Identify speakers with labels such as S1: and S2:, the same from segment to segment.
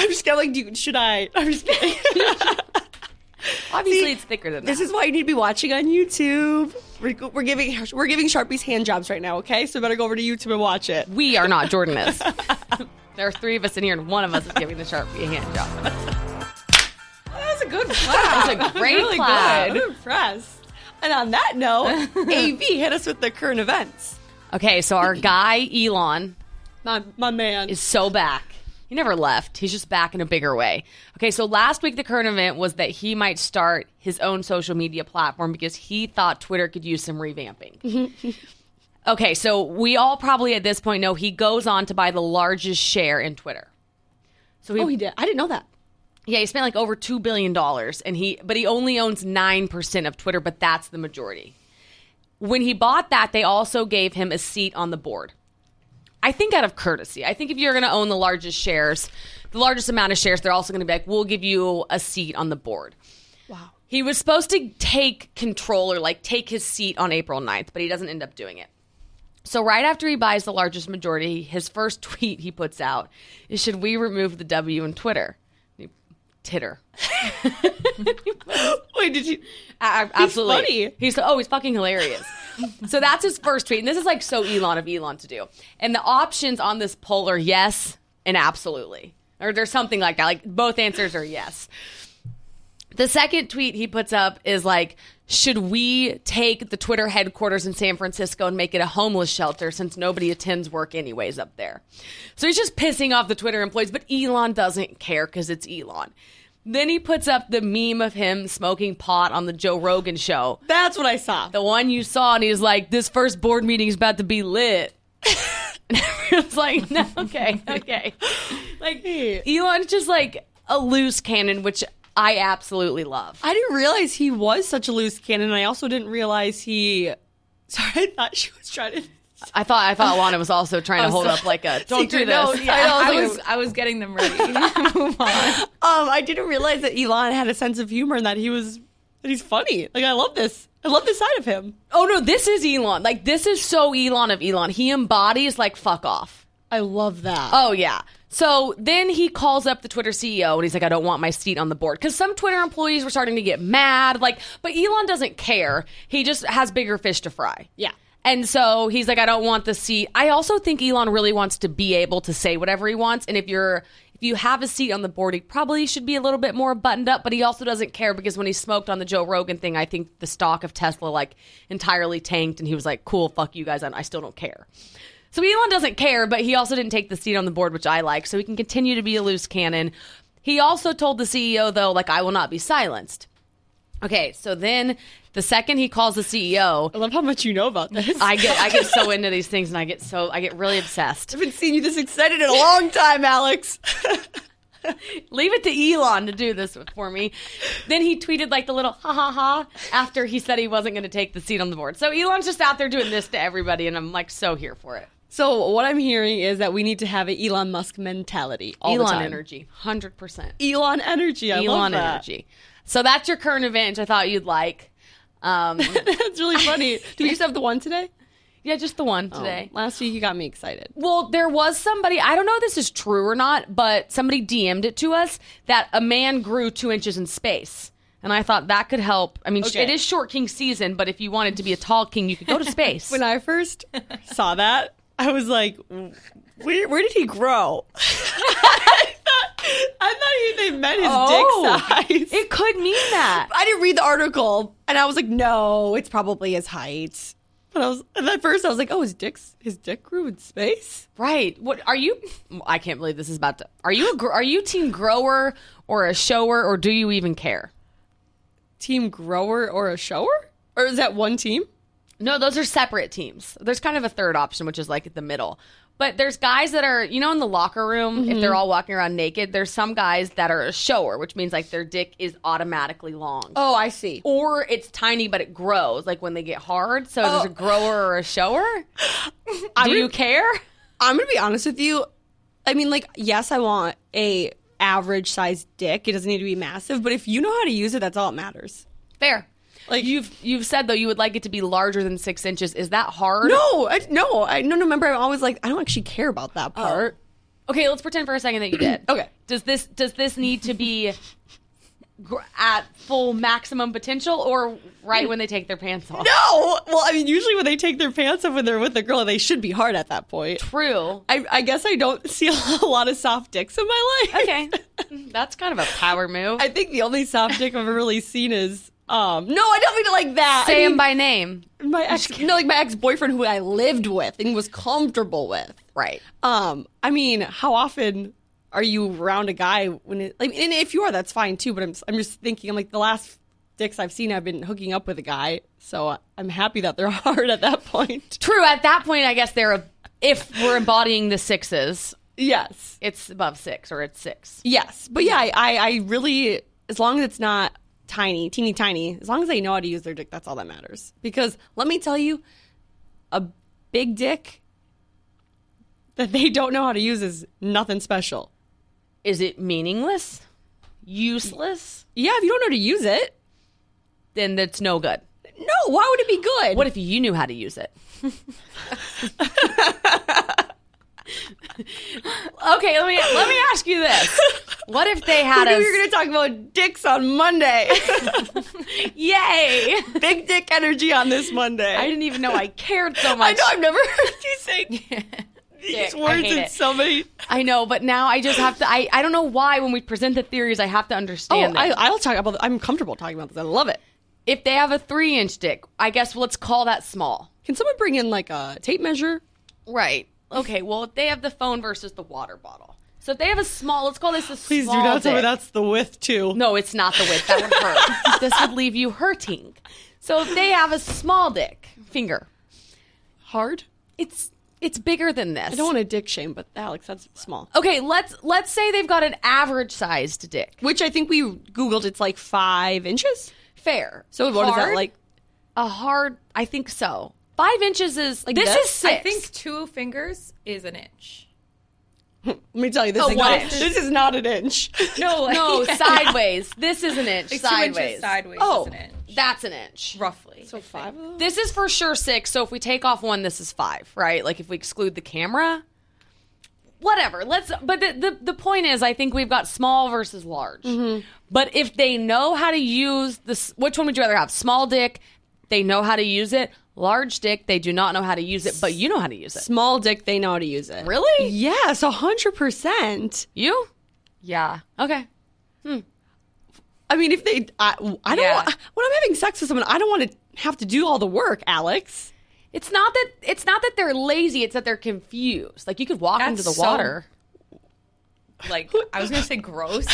S1: just kind of like, dude, should I? I'm just kidding.
S2: Obviously,
S1: See,
S2: it's thicker than that.
S1: this is why you need to be watching on YouTube. We're, we're giving we're giving Sharpies hand jobs right now. Okay, so better go over to YouTube and watch it.
S2: we are not Jordan is. there are three of us in here, and one of us is giving the sharpie a hand job.
S1: Oh, That was a good one.
S2: That was a great
S1: really
S2: clap.
S1: good. I'm impressed. And on that note, AV hit us with the current events.
S2: Okay, so our guy Elon
S1: My my man.
S2: is so back. He never left. He's just back in a bigger way. Okay, so last week the current event was that he might start his own social media platform because he thought Twitter could use some revamping. okay, so we all probably at this point know he goes on to buy the largest share in Twitter. So
S1: oh, he did. I didn't know that.
S2: Yeah, he spent like over two billion dollars, and he but he only owns nine percent of Twitter, but that's the majority. When he bought that, they also gave him a seat on the board. I think out of courtesy. I think if you're going to own the largest shares, the largest amount of shares, they're also going to be like, "We'll give you a seat on the board."
S1: Wow.
S2: He was supposed to take control or like take his seat on April 9th, but he doesn't end up doing it. So right after he buys the largest majority, his first tweet he puts out is should we remove the W in Twitter? He- Titter.
S1: Wait, did you?
S2: A- a- Absolutely.
S1: funny.
S2: He's oh, he's fucking hilarious. so that's his first tweet. And this is like so Elon of Elon to do. And the options on this poll are yes and absolutely. Or there's something like that. Like both answers are yes. The second tweet he puts up is like, should we take the Twitter headquarters in San Francisco and make it a homeless shelter since nobody attends work anyways up there? So he's just pissing off the Twitter employees, but Elon doesn't care because it's Elon. Then he puts up the meme of him smoking pot on the Joe Rogan show.
S1: That's what I saw.
S2: The one you saw, and he's like, this first board meeting is about to be lit. and everyone's like, no, okay, okay.
S1: like, hey.
S2: Elon's just like a loose cannon, which I absolutely love.
S1: I didn't realize he was such a loose cannon. I also didn't realize he. Sorry, I thought she was trying to.
S2: I thought I thought Lana was also trying
S1: Oh,
S2: to hold up like a don't do
S1: Secret
S2: this.
S1: note, yeah. I
S3: I
S1: was
S3: was I was getting them ready. Move on.
S1: Um, I didn't realize that Elon had a sense of humor and that he was that he's funny. Like I love this. I love this side of him.
S2: Oh no, this is Elon. Like this is so Elon of Elon. He embodies like fuck off.
S1: I love that.
S2: Oh yeah. So then he calls up the Twitter CEO and he's like, I don't want my seat on the board. Because some Twitter employees were starting to get mad. Like, but Elon doesn't care. He just has bigger fish to fry.
S1: yeah.
S2: And so he's like, I don't want the seat. I also think Elon really wants to be able to say whatever he wants. And if you're if you have a seat on the board, he probably should be a little bit more buttoned up, but he also doesn't care because when he smoked on the Joe Rogan thing, I think the stock of Tesla like entirely tanked and he was like, Cool, fuck you guys, I, I still don't care. So Elon doesn't care, but he also didn't take the seat on the board, which I like, so he can continue to be a loose cannon. He also told the CEO though, like, I will not be silenced. Okay, so then the second he calls the E CEO,
S1: I love how much you know about this.
S2: I get I get so into these things and I get so I get really obsessed.
S1: haven't seen you this excited in a long time, Alex.
S2: Leave it to Elon to do this for me. Then he tweeted like the little ha ha ha after he said he wasn't going to take the seat on the board. So Elon's just out there doing this to everybody and I'm like so here for it.
S1: so what I'm hearing is that we need to have an Elon Musk mentality. All the
S2: Elon
S1: time.
S2: energy, 100%.
S1: Elon energy. I love
S2: Elon
S1: that.
S2: energy. So that's your current event I thought you'd like. Um,
S1: That's really funny. Do we just have the one today?
S2: yeah, just the one today.
S1: Oh, last week you got me excited.
S2: Well, there was somebody, I don't know if this is true or not, but somebody DM'd it to us that a man grew two inches in space. And I thought that could help. I mean, sh
S1: Okay.
S2: it is short king season, but if you wanted to be a tall king, you could go to space.
S1: When I first saw that, I was like, where, where did he grow? I thought, I thought he, they meant his
S2: Oh.
S1: dick size.
S2: it could mean that.
S1: I didn't read the article, and I was like, no, it's probably his height. But I was and at first I was like, oh, his dick's his dick grew in space.
S2: Right. What are you? I can't believe this is about to. Are you a, gr- are you team grower or a shower or do you even care?
S1: Team grower or a shower, or is that one team?
S2: No, those are separate teams. There's kind of a third option, which is like the middle. But there's guys that are, you know, in the locker room, if
S1: Mm-hmm.
S2: they're all walking around naked, there's some guys that are a shower, which means like their dick is automatically long.
S1: Oh, I see.
S2: Or it's tiny, but it grows, like when they get hard. So there's
S1: Oh.
S2: a grower or a shower. Do you care?
S1: I'm gonna be honest with you. I mean, like, yes, I want a average sized dick. It doesn't need to be massive, but if you know how to use it, that's all that matters.
S2: Fair.
S1: Like
S2: You've you've said though you would like it to be larger than six inches. Is that hard? Oh.
S1: no, I, no, I no. no, Remember, I'm always like, I don't actually care about that part.
S2: Okay, let's pretend for a second that you did.
S1: Okay.
S2: Does this does this need to be gr- at full maximum potential or right when they take their pants off?
S1: No. Well, I mean, usually when they take their pants off when they're with a girl, they should be hard at that point.
S2: True.
S1: I, I guess I don't see a lot of soft dicks in my life.
S2: Okay. That's kind of a power move.
S1: I think the only soft dick I've ever really seen is um. No, I don't mean it like that. I
S2: Say him
S1: mean,
S2: by name.
S1: my ex. No, like my ex boyfriend who I lived with and was comfortable with.
S2: Right.
S1: Um. I mean, how often are you around a guy when it? Like, and if you are, that's fine too. But I'm I'm just thinking. I'm like the last dicks I've seen, I've been hooking up with a guy, so I'm happy that they're hard at that point.
S2: True. At that point, I guess they're a, if we're embodying the sixes,
S1: Yes.
S2: it's above six or it's six.
S1: Yes, but yeah, I, I, I really, as long as it's not tiny, teeny tiny, as long as they know how to use their dick, that's all that matters. Because let me tell you, a big dick that they don't know how to use is nothing special.
S2: Is it meaningless? Useless?
S1: Yeah, if you don't know how to use it,
S2: Then that's no good.
S1: no, why would it be good?
S2: What if you knew how to use it? okay, let me let me ask you this. What if they
S1: I
S2: had
S1: knew
S2: a
S1: we were going to talk about dicks on Monday.
S2: yay?
S1: big dick energy on this Monday.
S2: I didn't even know I cared so
S1: I
S2: much.
S1: know, I've never heard you say
S2: Dick,
S1: these
S2: I
S1: words
S2: hate
S1: in
S2: it.
S1: so many.
S2: I know, but now I just have to I, I don't know why when we present the theories I have to
S1: Oh,
S2: understand
S1: I,
S2: them.
S1: I'll talk about, I'm comfortable talking about this. I love it.
S2: if they have a three inch dick, I guess let's call that small.
S1: Can someone bring in like a tape measure?
S2: Right. Okay, well they have the phone versus the water bottle. So if they have a small let's call this a
S1: Please
S2: small
S1: do not tell me
S2: dick.
S1: that's the width too.
S2: No, it's not the width. That would hurt. this would leave you hurting. So if they have a small dick finger,
S1: hard.
S2: it's it's bigger than this.
S1: I don't want to dick shame, but Alex, that's small.
S2: okay, let's let's say they've got an average sized dick.
S1: Which I think we googled. It's like five inches.
S2: Fair.
S1: So what is that
S2: Hard?
S1: like?
S2: A hard. I think so. Five inches is like this
S1: this?
S2: is six.
S3: I think two fingers is an inch.
S1: Let me tell you, this
S2: A
S1: is not,
S2: what inch?
S1: this is not an inch.
S3: No, like,
S2: no
S3: yeah.
S2: sideways. This is an inch.
S3: Like two
S2: sideways.
S3: inches sideways
S2: Oh,
S3: is an inch.
S2: that's an inch.
S3: roughly.
S1: So five. Of them?
S2: This is for sure six. So if we take off one, this is five, right? Like if we exclude the camera, whatever. Let's. But the the, the point is, I think we've got small versus large. But if they know how to use this, which one would you rather have? Small dick, they know how to use it. Large dick, they do not know how to use it, but you know how to use it.
S1: Small dick. They know how to use it.
S2: Really?
S1: Yes, hundred percent.
S2: You? Yeah. Okay.
S1: I mean, if they, I, I don't.
S2: Yeah.
S1: want- when I'm having sex with someone, I don't want to have to do all the work, Alex.
S2: It's not that it's not that they're lazy. It's that they're confused. Like you could walk
S3: That's
S2: into the
S3: so-
S2: water.
S3: Like I was gonna say gross.
S1: I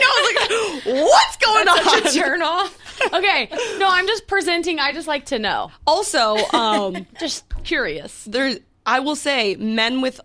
S1: know. I was like, what's going on?
S3: Such a turn off.
S2: Okay. No, I'm just presenting. I just like to know.
S1: also, um,
S2: Just curious.
S1: there's I will say men with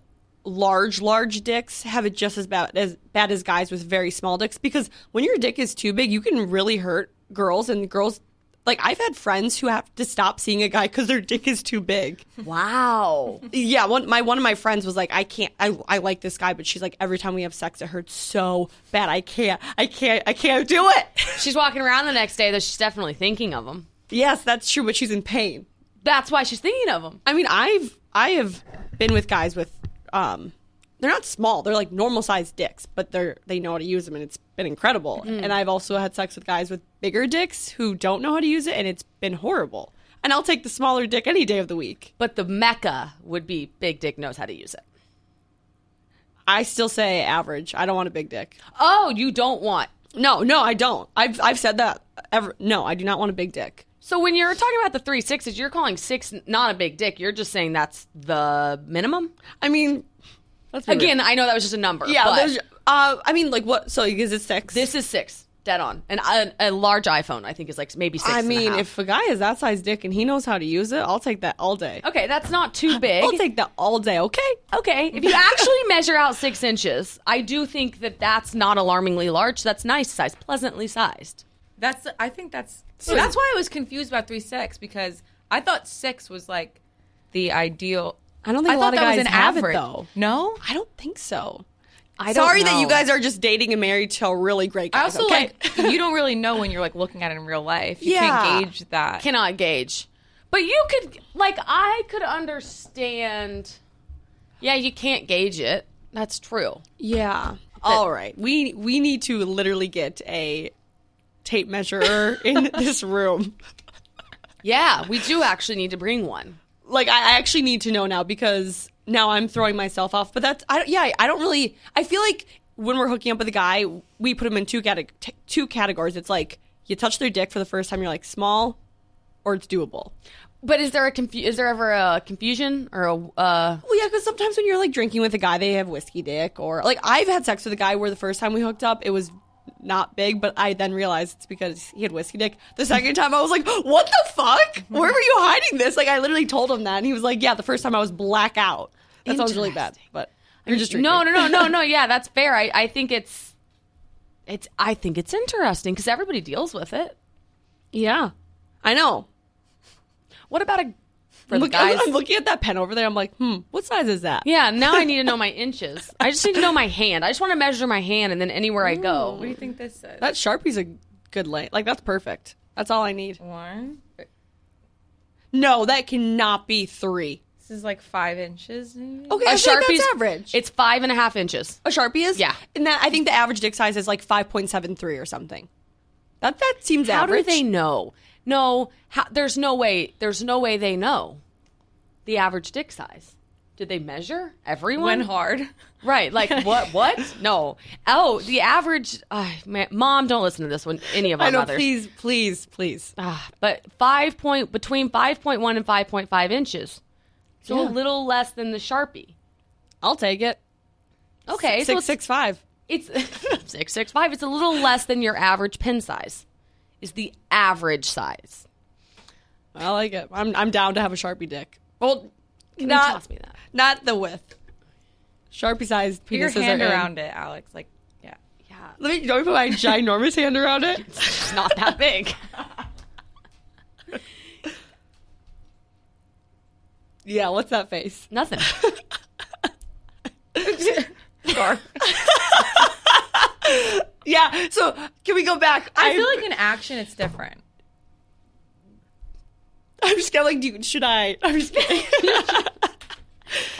S1: large large dicks have it just as bad as bad as guys with very small dicks because when your dick is too big you can really hurt girls and girls like I've had friends who have to stop seeing a guy cuz their dick is too big.
S2: Wow.
S1: Yeah, one my one of my friends was like I can't I I like this guy but she's like every time we have sex it hurts so bad I can't I can't I can't do it.
S2: she's walking around the next day, though she's definitely thinking of him.
S1: yes, that's true but she's in pain.
S2: That's why she's thinking of him.
S1: I mean, I've I have been with guys with um they're not small. They're like normal sized dicks, but they're they know how to use them and it's been incredible. And I've also had sex with guys with bigger dicks who don't know how to use it and it's been horrible. And I'll take the smaller dick any day of the week.
S2: But the mecca would be Big Dick knows how to use it.
S1: I still say average. I don't want a big dick.
S2: Oh, you don't want.
S1: No, no, I don't. I've I've said that ever no, I do not want a big dick.
S2: So when you're talking about the three sixes, you're calling six not a big dick. You're just saying that's the minimum.
S1: I mean let's be
S2: Again, I know that was just a number.
S1: real. yeah,
S2: but
S1: those- uh, I mean like what so is it six?
S2: this is six, dead on. And a, a large iPhone, I think, is like maybe six.
S1: I
S2: and a
S1: mean,
S2: half.
S1: if a guy has that size dick and he knows how to use it, I'll take that all day.
S2: okay, that's not too big.
S1: I'll take that all day, okay?
S2: Okay, if you actually measure out six inches, I do think that that's not alarmingly large. That's nice size, pleasantly sized.
S3: That's I think that's so that's why I was confused about three six because I thought six was like the ideal.
S1: I don't think
S3: I
S1: a
S3: thought
S1: lot of
S3: that
S1: guys
S3: was an
S1: have
S3: average.
S1: it though.
S3: No,
S1: I don't think so.
S2: I don't
S1: Sorry that you
S2: know.
S1: guys are just dating and married to a really great guy.
S3: I also
S1: okay?
S3: like you don't really know when you're like looking at it in real life. You
S1: Yeah.
S3: can't gauge that.
S2: cannot gauge. But you could, like, I could understand. Yeah, you can't gauge it. That's true.
S1: Yeah. All right. We we need to literally get a tape measurer in this room.
S2: Yeah, we do actually need to bring one.
S1: Like I, I actually need to know now because now I'm throwing myself off. But that's I don't- yeah I don't really I feel like when we're hooking up with a guy we put him in two cate- t- two categories. It's like you touch their dick for the first time you're like small, or it's doable.
S2: But is there a confu- is there ever a confusion or a uh,
S1: Well, yeah, because sometimes when you're like drinking with a guy, they have whiskey dick, or like I've had sex with a guy where the first time we hooked up, it was not big, but I then realized it's because he had whiskey dick. The second time, I was like, "What the fuck? Where were you hiding this?" Like I literally told him that, and he was like, "Yeah, the first time I was blackout." That sounds really bad, but you're just drinking.
S2: no no no no no yeah that's fair I, I think it's it's I think it's interesting because everybody deals with it
S1: yeah, I know.
S2: what about a for the
S1: Look, I'm,
S2: guys
S1: I'm looking at that pen over there. I'm like, hmm, what size is that?
S2: yeah now I need to know my inches I just need to know my hand I just want to measure my hand and then anywhere I go
S1: Mm.
S3: What do you think this says?
S1: that sharpie's a good length. Like that's perfect. That's all I need.
S3: One.
S1: No, that cannot be three.
S3: This is like five inches. Maybe?
S1: Okay,
S2: a
S1: I feel like that's
S2: Sharpie's-
S1: average.
S2: it's five and a half inches
S1: A sharpie is?
S2: Yeah.
S1: And that I think the average dick size is like five point seven three or something. That that seems
S2: how
S1: average.
S2: do they know no how, there's no way there's no way they know the average dick size did they measure everyone
S3: Went hard.
S2: Right, like what? What? No. Oh, the average. Uh, man, Mom, don't listen to this one. Any of our
S1: I know.
S2: mothers.
S1: Please, please, please.
S2: Ah, but five point between five point one and five point five inches, so
S1: Yeah.
S2: a little less than the sharpie.
S1: I'll take it.
S2: Okay, so
S1: six six five.
S2: it's, it's six six five. It's a little less than your average pen size. Is the average size?
S1: I like it. I'm I'm down to have a sharpie dick. Well,
S2: Can
S1: not
S2: you toss me that?
S1: not the width. Sharpie sized
S3: Put your
S1: penises
S3: hand
S1: are in.
S3: around it, Alex. Like, yeah.
S2: Yeah,
S1: Let me don't you put my ginormous hand around it.
S2: it's not that big.
S1: Yeah. What's that face?
S2: Nothing.
S3: Sure.
S1: Yeah. So can we go back?
S3: I feel like in action it's different.
S1: I'm just kind of like, dude, should I? I'm just kidding.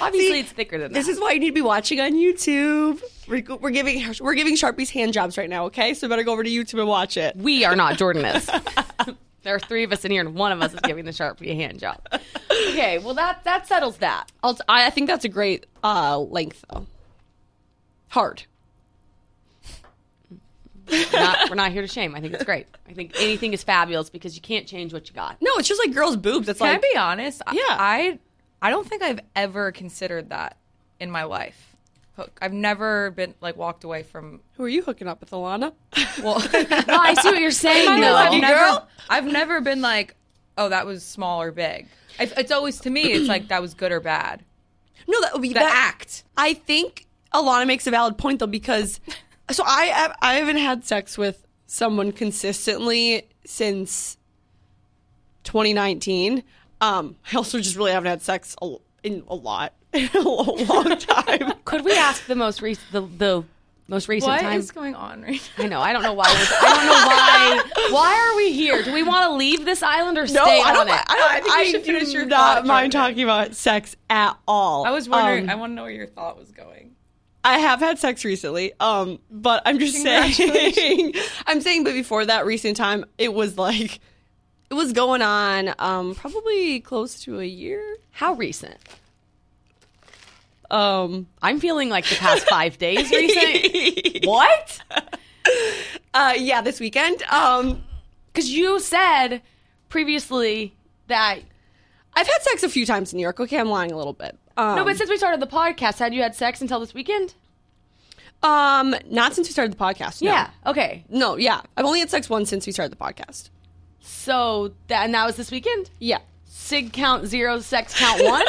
S2: Obviously,
S1: See,
S2: it's thicker than that.
S1: This is why you need to be watching on YouTube. We're, go- we're giving we're giving Sharpies hand jobs right now. Okay, so better go over to YouTube and watch it.
S2: we are not Jordan is. there are three of us in here, and one of us is giving the sharpie a hand job. Okay, well that that settles that.
S1: I'll t- I I think that's a great uh, length though. Hard.
S2: We're not, we're not here to shame. I think it's great. I think anything is fabulous because you can't change what you got.
S1: No, it's just like girls' boobs. It's
S3: Can
S1: like
S3: I be honest? I-
S1: Yeah.
S3: I I don't think I've ever considered that in my life. Hook. I've never been like walked away from.
S1: who are you hooking up with, Alana?
S3: Well,
S2: No, I see what you're saying
S1: lucky
S3: I've
S2: though.
S1: girl.
S3: never, I've never been like, oh, that was small or big. It's, it's always to me, it's like that was good or bad.
S1: No, that would be
S3: The act.
S1: I think Alana makes a valid point though because so I I haven't had sex with someone consistently since 2019. Um, I also just really haven't had sex a, in a lot in a long time.
S2: Could we ask the most recent the, the most recent
S3: What is
S2: time?
S3: going on right
S2: I know. I don't know why. we're- I don't know why. Why are we here? Do we want to leave this island or stay
S1: no, I
S2: on
S1: don't.
S2: it?
S1: I, don't, I,
S3: think you should
S1: do
S3: finish your
S1: not
S3: thought,
S1: mind
S3: Jordan.
S1: talking about sex at all.
S3: I was wondering.
S1: Um,
S3: I want to know where your thought was going.
S1: I have had sex recently, um, but I'm just saying, I'm saying, but before that recent time, it was like, it was going on, um, probably close to a year.
S2: How recent?
S1: Um,
S2: I'm feeling like the past five days recent. what?
S1: uh, yeah, this weekend. Um,
S2: Because you said previously that
S1: I've had sex a few times in New York. Okay, I'm lying a little bit. Um,
S2: no, but since we started the podcast, had you had sex until this weekend?
S1: um, not since we started the podcast. no.
S2: Okay.
S1: no, yeah, I've only had sex once since we started the podcast.
S2: So that and that was this weekend.
S1: Yeah,
S2: Sig count zero, sex count one.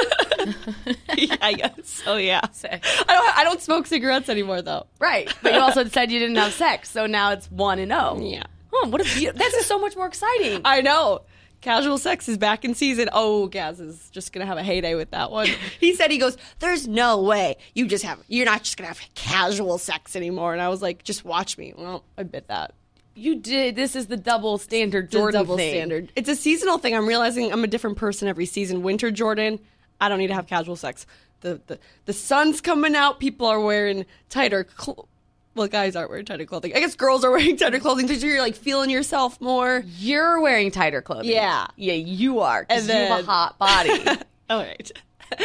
S1: I guess. Oh yeah, I
S3: Sick.
S1: don't. I don't smoke cigarettes anymore though.
S2: right. But you also said you didn't have sex, so now it's one and zero.
S1: Yeah.
S2: Huh, what a beautiful. This is so much more exciting.
S1: I know. Casual sex is back in season. Oh, Gaz is just gonna have a heyday with that one. he said he goes, "There's no way you just have. You're not just gonna have casual sex anymore." And I was like, "Just watch me." Well, I bit that.
S2: you did. This is the double standard
S1: It's a
S2: Jordan
S1: double
S2: thing.
S1: standard. It's a seasonal thing. I'm realizing I'm a different person every season. Winter Jordan, I don't need to have casual sex. the, the the sun's coming out. People are wearing tighter. Cl- well, guys aren't wearing tighter clothing. I guess girls are wearing tighter clothing because you're like feeling yourself more.
S2: You're wearing tighter clothing.
S1: Yeah.
S2: Yeah, you are.
S1: And
S2: 'cause you have
S1: then-
S2: a hot body.
S1: All right.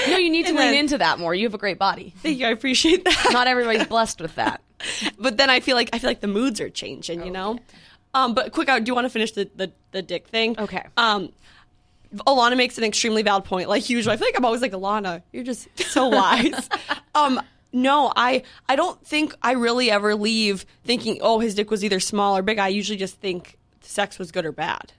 S2: no, you need to
S1: And
S2: lean
S1: then-
S2: into that more. You have a great body.
S1: Thank you. I appreciate that.
S2: Not everybody's blessed with that.
S1: but then I feel like I feel like the moods are changing,
S3: Oh,
S1: you know. Um, but quick, I do want to finish the, the the dick thing.
S2: Okay.
S1: Um, Alana makes an extremely valid point. Like usually, I feel like I'm always like Alana, you're just so wise. um, no, I I don't think I really ever leave thinking, oh, his dick was either small or big. I usually just think sex was good or bad.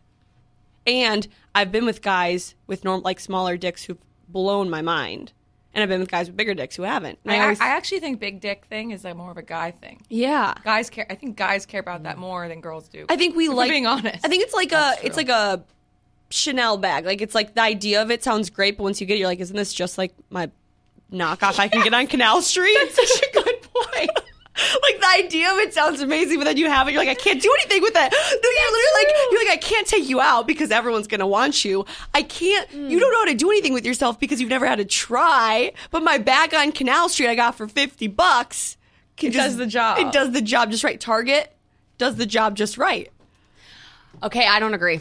S1: And I've been with guys with norm like smaller dicks who've blown my mind, and I've been with guys with bigger dicks who haven't. And
S3: I,
S1: I always,
S3: I actually think big dick thing is like more of a guy thing.
S1: yeah,
S3: Guys care. I think guys care about that more than girls do.
S1: Mm. I think we
S3: If we're
S1: like
S3: being honest.
S1: I think it's like a it's like a Chanel bag. Like it's like the idea of it sounds great, but once you get it, you're like, isn't this just like my knockoff I can get on Canal Street? That's such a good point. like the idea of it sounds amazing, but then you have it, you're like, I can't do anything with that. No, you're literally like you're like, I can't take you out because everyone's gonna want you. I can't you don't know how to do anything with yourself because you've never had to try. But my bag on Canal Street I got for fifty bucks. can
S3: It does the job.
S1: It does the job just right. Target does the job just right.
S2: Okay, I don't agree.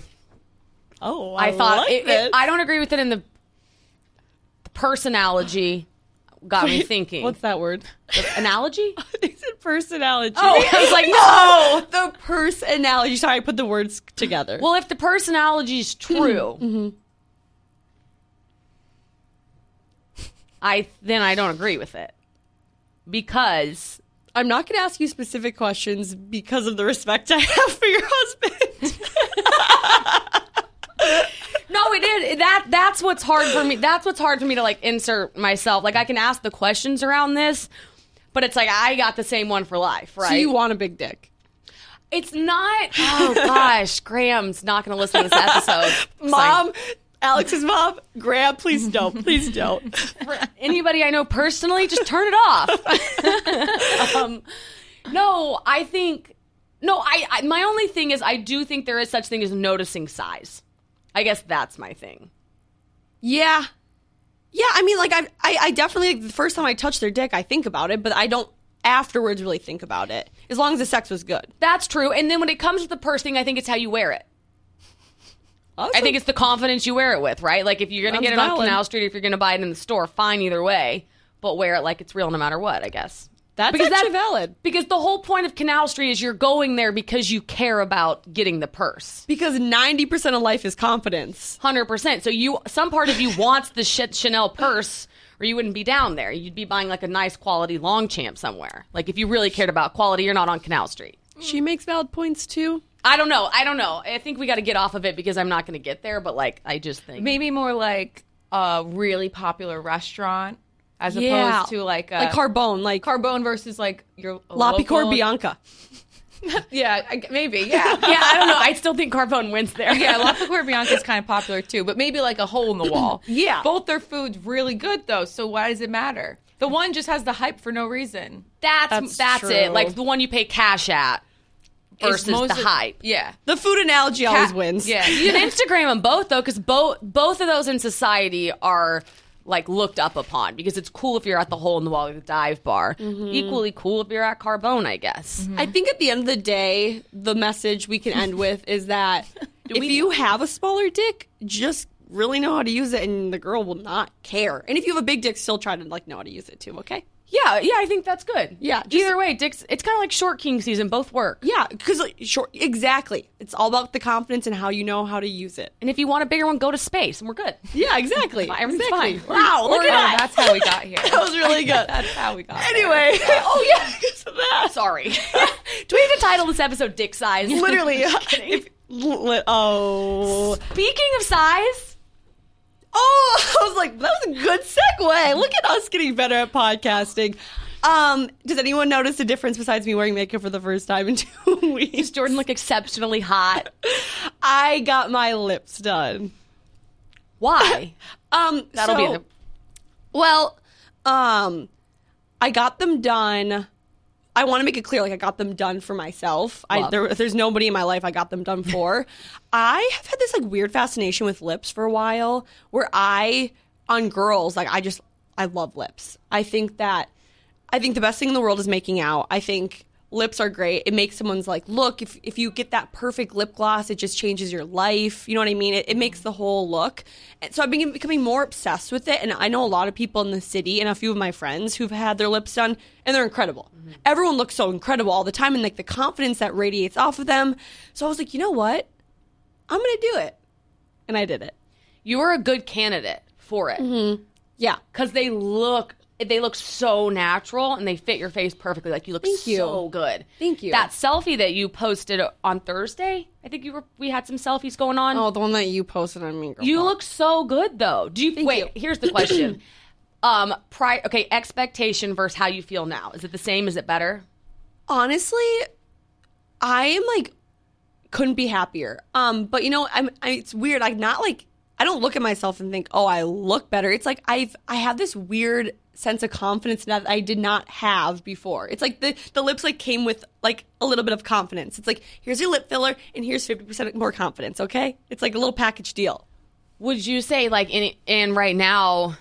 S1: Oh,
S2: I, thought
S1: like
S2: it, it,
S1: this.
S2: I don't agree with it in the, the personality got me
S1: Wait,
S2: thinking.
S1: What's that word?
S2: analogy?
S1: Is it personality?
S2: Oh, I was like, no.
S1: the personality. Sorry, I put the words together.
S2: Well, if the personality is true, I then I don't agree with it because
S1: I'm not going to ask you specific questions because of the respect I have for your husband.
S2: no, it is that that's what's hard for me. That's what's hard for me to like insert myself. Like I can ask the questions around this, but it's like I got the same one for life, right?
S1: So you want a big dick?
S2: It's not. Oh gosh, Graham's not going to listen to this episode. It's like,
S1: Mom, Alex's mom, Graham, please don't, please don't.
S2: anybody I know personally, just turn it off. um, no, I think no. I, I my only thing is I do think there is such thing as noticing size. I guess that's my thing.
S1: yeah, yeah. I mean, like I, I, I definitely like, the first time I touch their dick, I think about it, but I don't afterwards really think about it. As long as the sex was good,
S2: That's true. And then when it comes to the purse thing, I think it's how you wear it. I think it's the confidence you wear it with, right? Like if you're gonna get it
S1: That's
S2: on
S1: valid.
S2: Canal Street, if you're gonna buy it in the store, fine either way. But wear it like it's real, no matter what. I guess
S1: that's
S2: because
S1: actually
S2: that-
S1: valid.
S2: Because the whole point of Canal Street is you're going there because you care about getting the purse.
S1: Because 90% of life is confidence.
S2: Hundred percent. So you, some part of you wants the shit Chanel purse, or you wouldn't be down there. You'd be buying like a nice quality Longchamp somewhere. Like if you really cared about quality, you're not on Canal Street.
S1: She makes valid points too.
S2: I don't know. I don't know. I think we got to get off of it because I'm not going to get there. But like, I just think
S3: maybe more like a really popular restaurant as
S1: Yeah.
S3: opposed to like uh, a
S1: Like Carbone, like
S3: Carbone versus like your
S1: Lapicor
S3: local-
S1: Bianca.
S3: Yeah, I, maybe. Yeah.
S2: yeah, I don't know. I still think Carbone wins there.
S3: Yeah, Lapicor Bianca is kind of popular too, but maybe like a hole in the wall.
S1: Yeah.
S3: Both their food's really good though, so why does it matter? The one just has the hype for no reason.
S2: that's that's,
S1: That's
S2: it.
S1: true.
S2: Like the one you pay cash at
S3: It's
S2: versus the
S3: mostly-
S2: hype.
S3: Yeah.
S1: The food analogy always
S3: Cat-
S1: wins.
S3: Yeah.
S2: You can Instagram them both though, because both both of those in society are like looked up upon because it's cool if you're at the hole in the wall or the dive bar.
S3: Mm-hmm.
S2: Equally cool if you're at Carbone, I guess.
S1: I think at the end of the day, the message we can end with is that if
S2: we-
S1: you have a smaller dick, just really know how to use it and the girl will not care. And if you have a big dick, still try to like know how to use it too, okay?
S2: Yeah, yeah, I think that's good.
S1: Yeah, just-
S2: Either way, Dick's it's kind of like short king season. Both work.
S1: Yeah, because like, sure, exactly. It's all about the confidence and how you know how to use it.
S2: And if you want a bigger one, go to space, and we're good.
S1: Yeah, exactly.
S2: Everything's
S1: exactly.
S2: fine.
S1: Wow, look at
S2: Or- uh, or
S1: that.
S3: That's how we got here.
S1: That was really good.
S3: That's how we got. Here.
S1: Anyway, oh yeah, it's that.
S2: Sorry. Do we have to title this episode "Dick Size"?
S1: Literally, uh, if, li- oh,
S2: Speaking of size,
S1: oh, I was like, that was a good segue. Look at us getting better at podcasting. Um, does anyone notice a difference besides me wearing makeup for the first time in two
S2: does
S1: weeks?
S2: Jordan look exceptionally hot?
S1: I got my lips done.
S2: Why?
S1: Um,
S2: That'll be
S1: so-
S2: in the
S1: Well, um, I got them done. I want to make it clear, like I got them done for myself. I,
S2: Love.
S1: there, there's nobody in my life I got them done for. I have had this like weird fascination with lips for a while, where I on girls like I just I love lips. I think that I think the best thing in the world is making out. I think lips are great. It makes someone's like look. If if you get that perfect lip gloss, it just changes your life. You know what I mean? It, it makes the whole look. And so I've been becoming more obsessed with it. And I know a lot of people in the city and a few of my friends who've had their lips done, and they're incredible. Everyone looks so incredible all the time, and like the confidence that radiates off of them. So I was like, you know what? I'm gonna do it, and I did it.
S2: You are a good candidate for it.
S1: Mm-hmm. Yeah.
S2: because they look they look so natural and they fit your face perfectly. Like you look
S1: Thank you.
S2: so good.
S1: Thank you.
S2: That selfie that you posted on Thursday, I think you were we had some selfies going on.
S1: Oh, the one that you posted on Mean Girl.
S2: you look so good though. Do you wait?
S1: you.
S2: Here's the question. um, pri- okay, expectation versus how you feel now. Is it the same? Is it better?
S1: honestly, I am like couldn't be happier. Um, but you know, I'm I, it's weird. Like not like I don't look at myself and think, oh, I look better. It's like I've I have this weird sense of confidence now that I did not have before. It's like the the lips like came with like a little bit of confidence. It's like here's your lip filler and here's fifty percent more confidence. Okay, it's like a little package deal.
S2: Would you say like in in right now?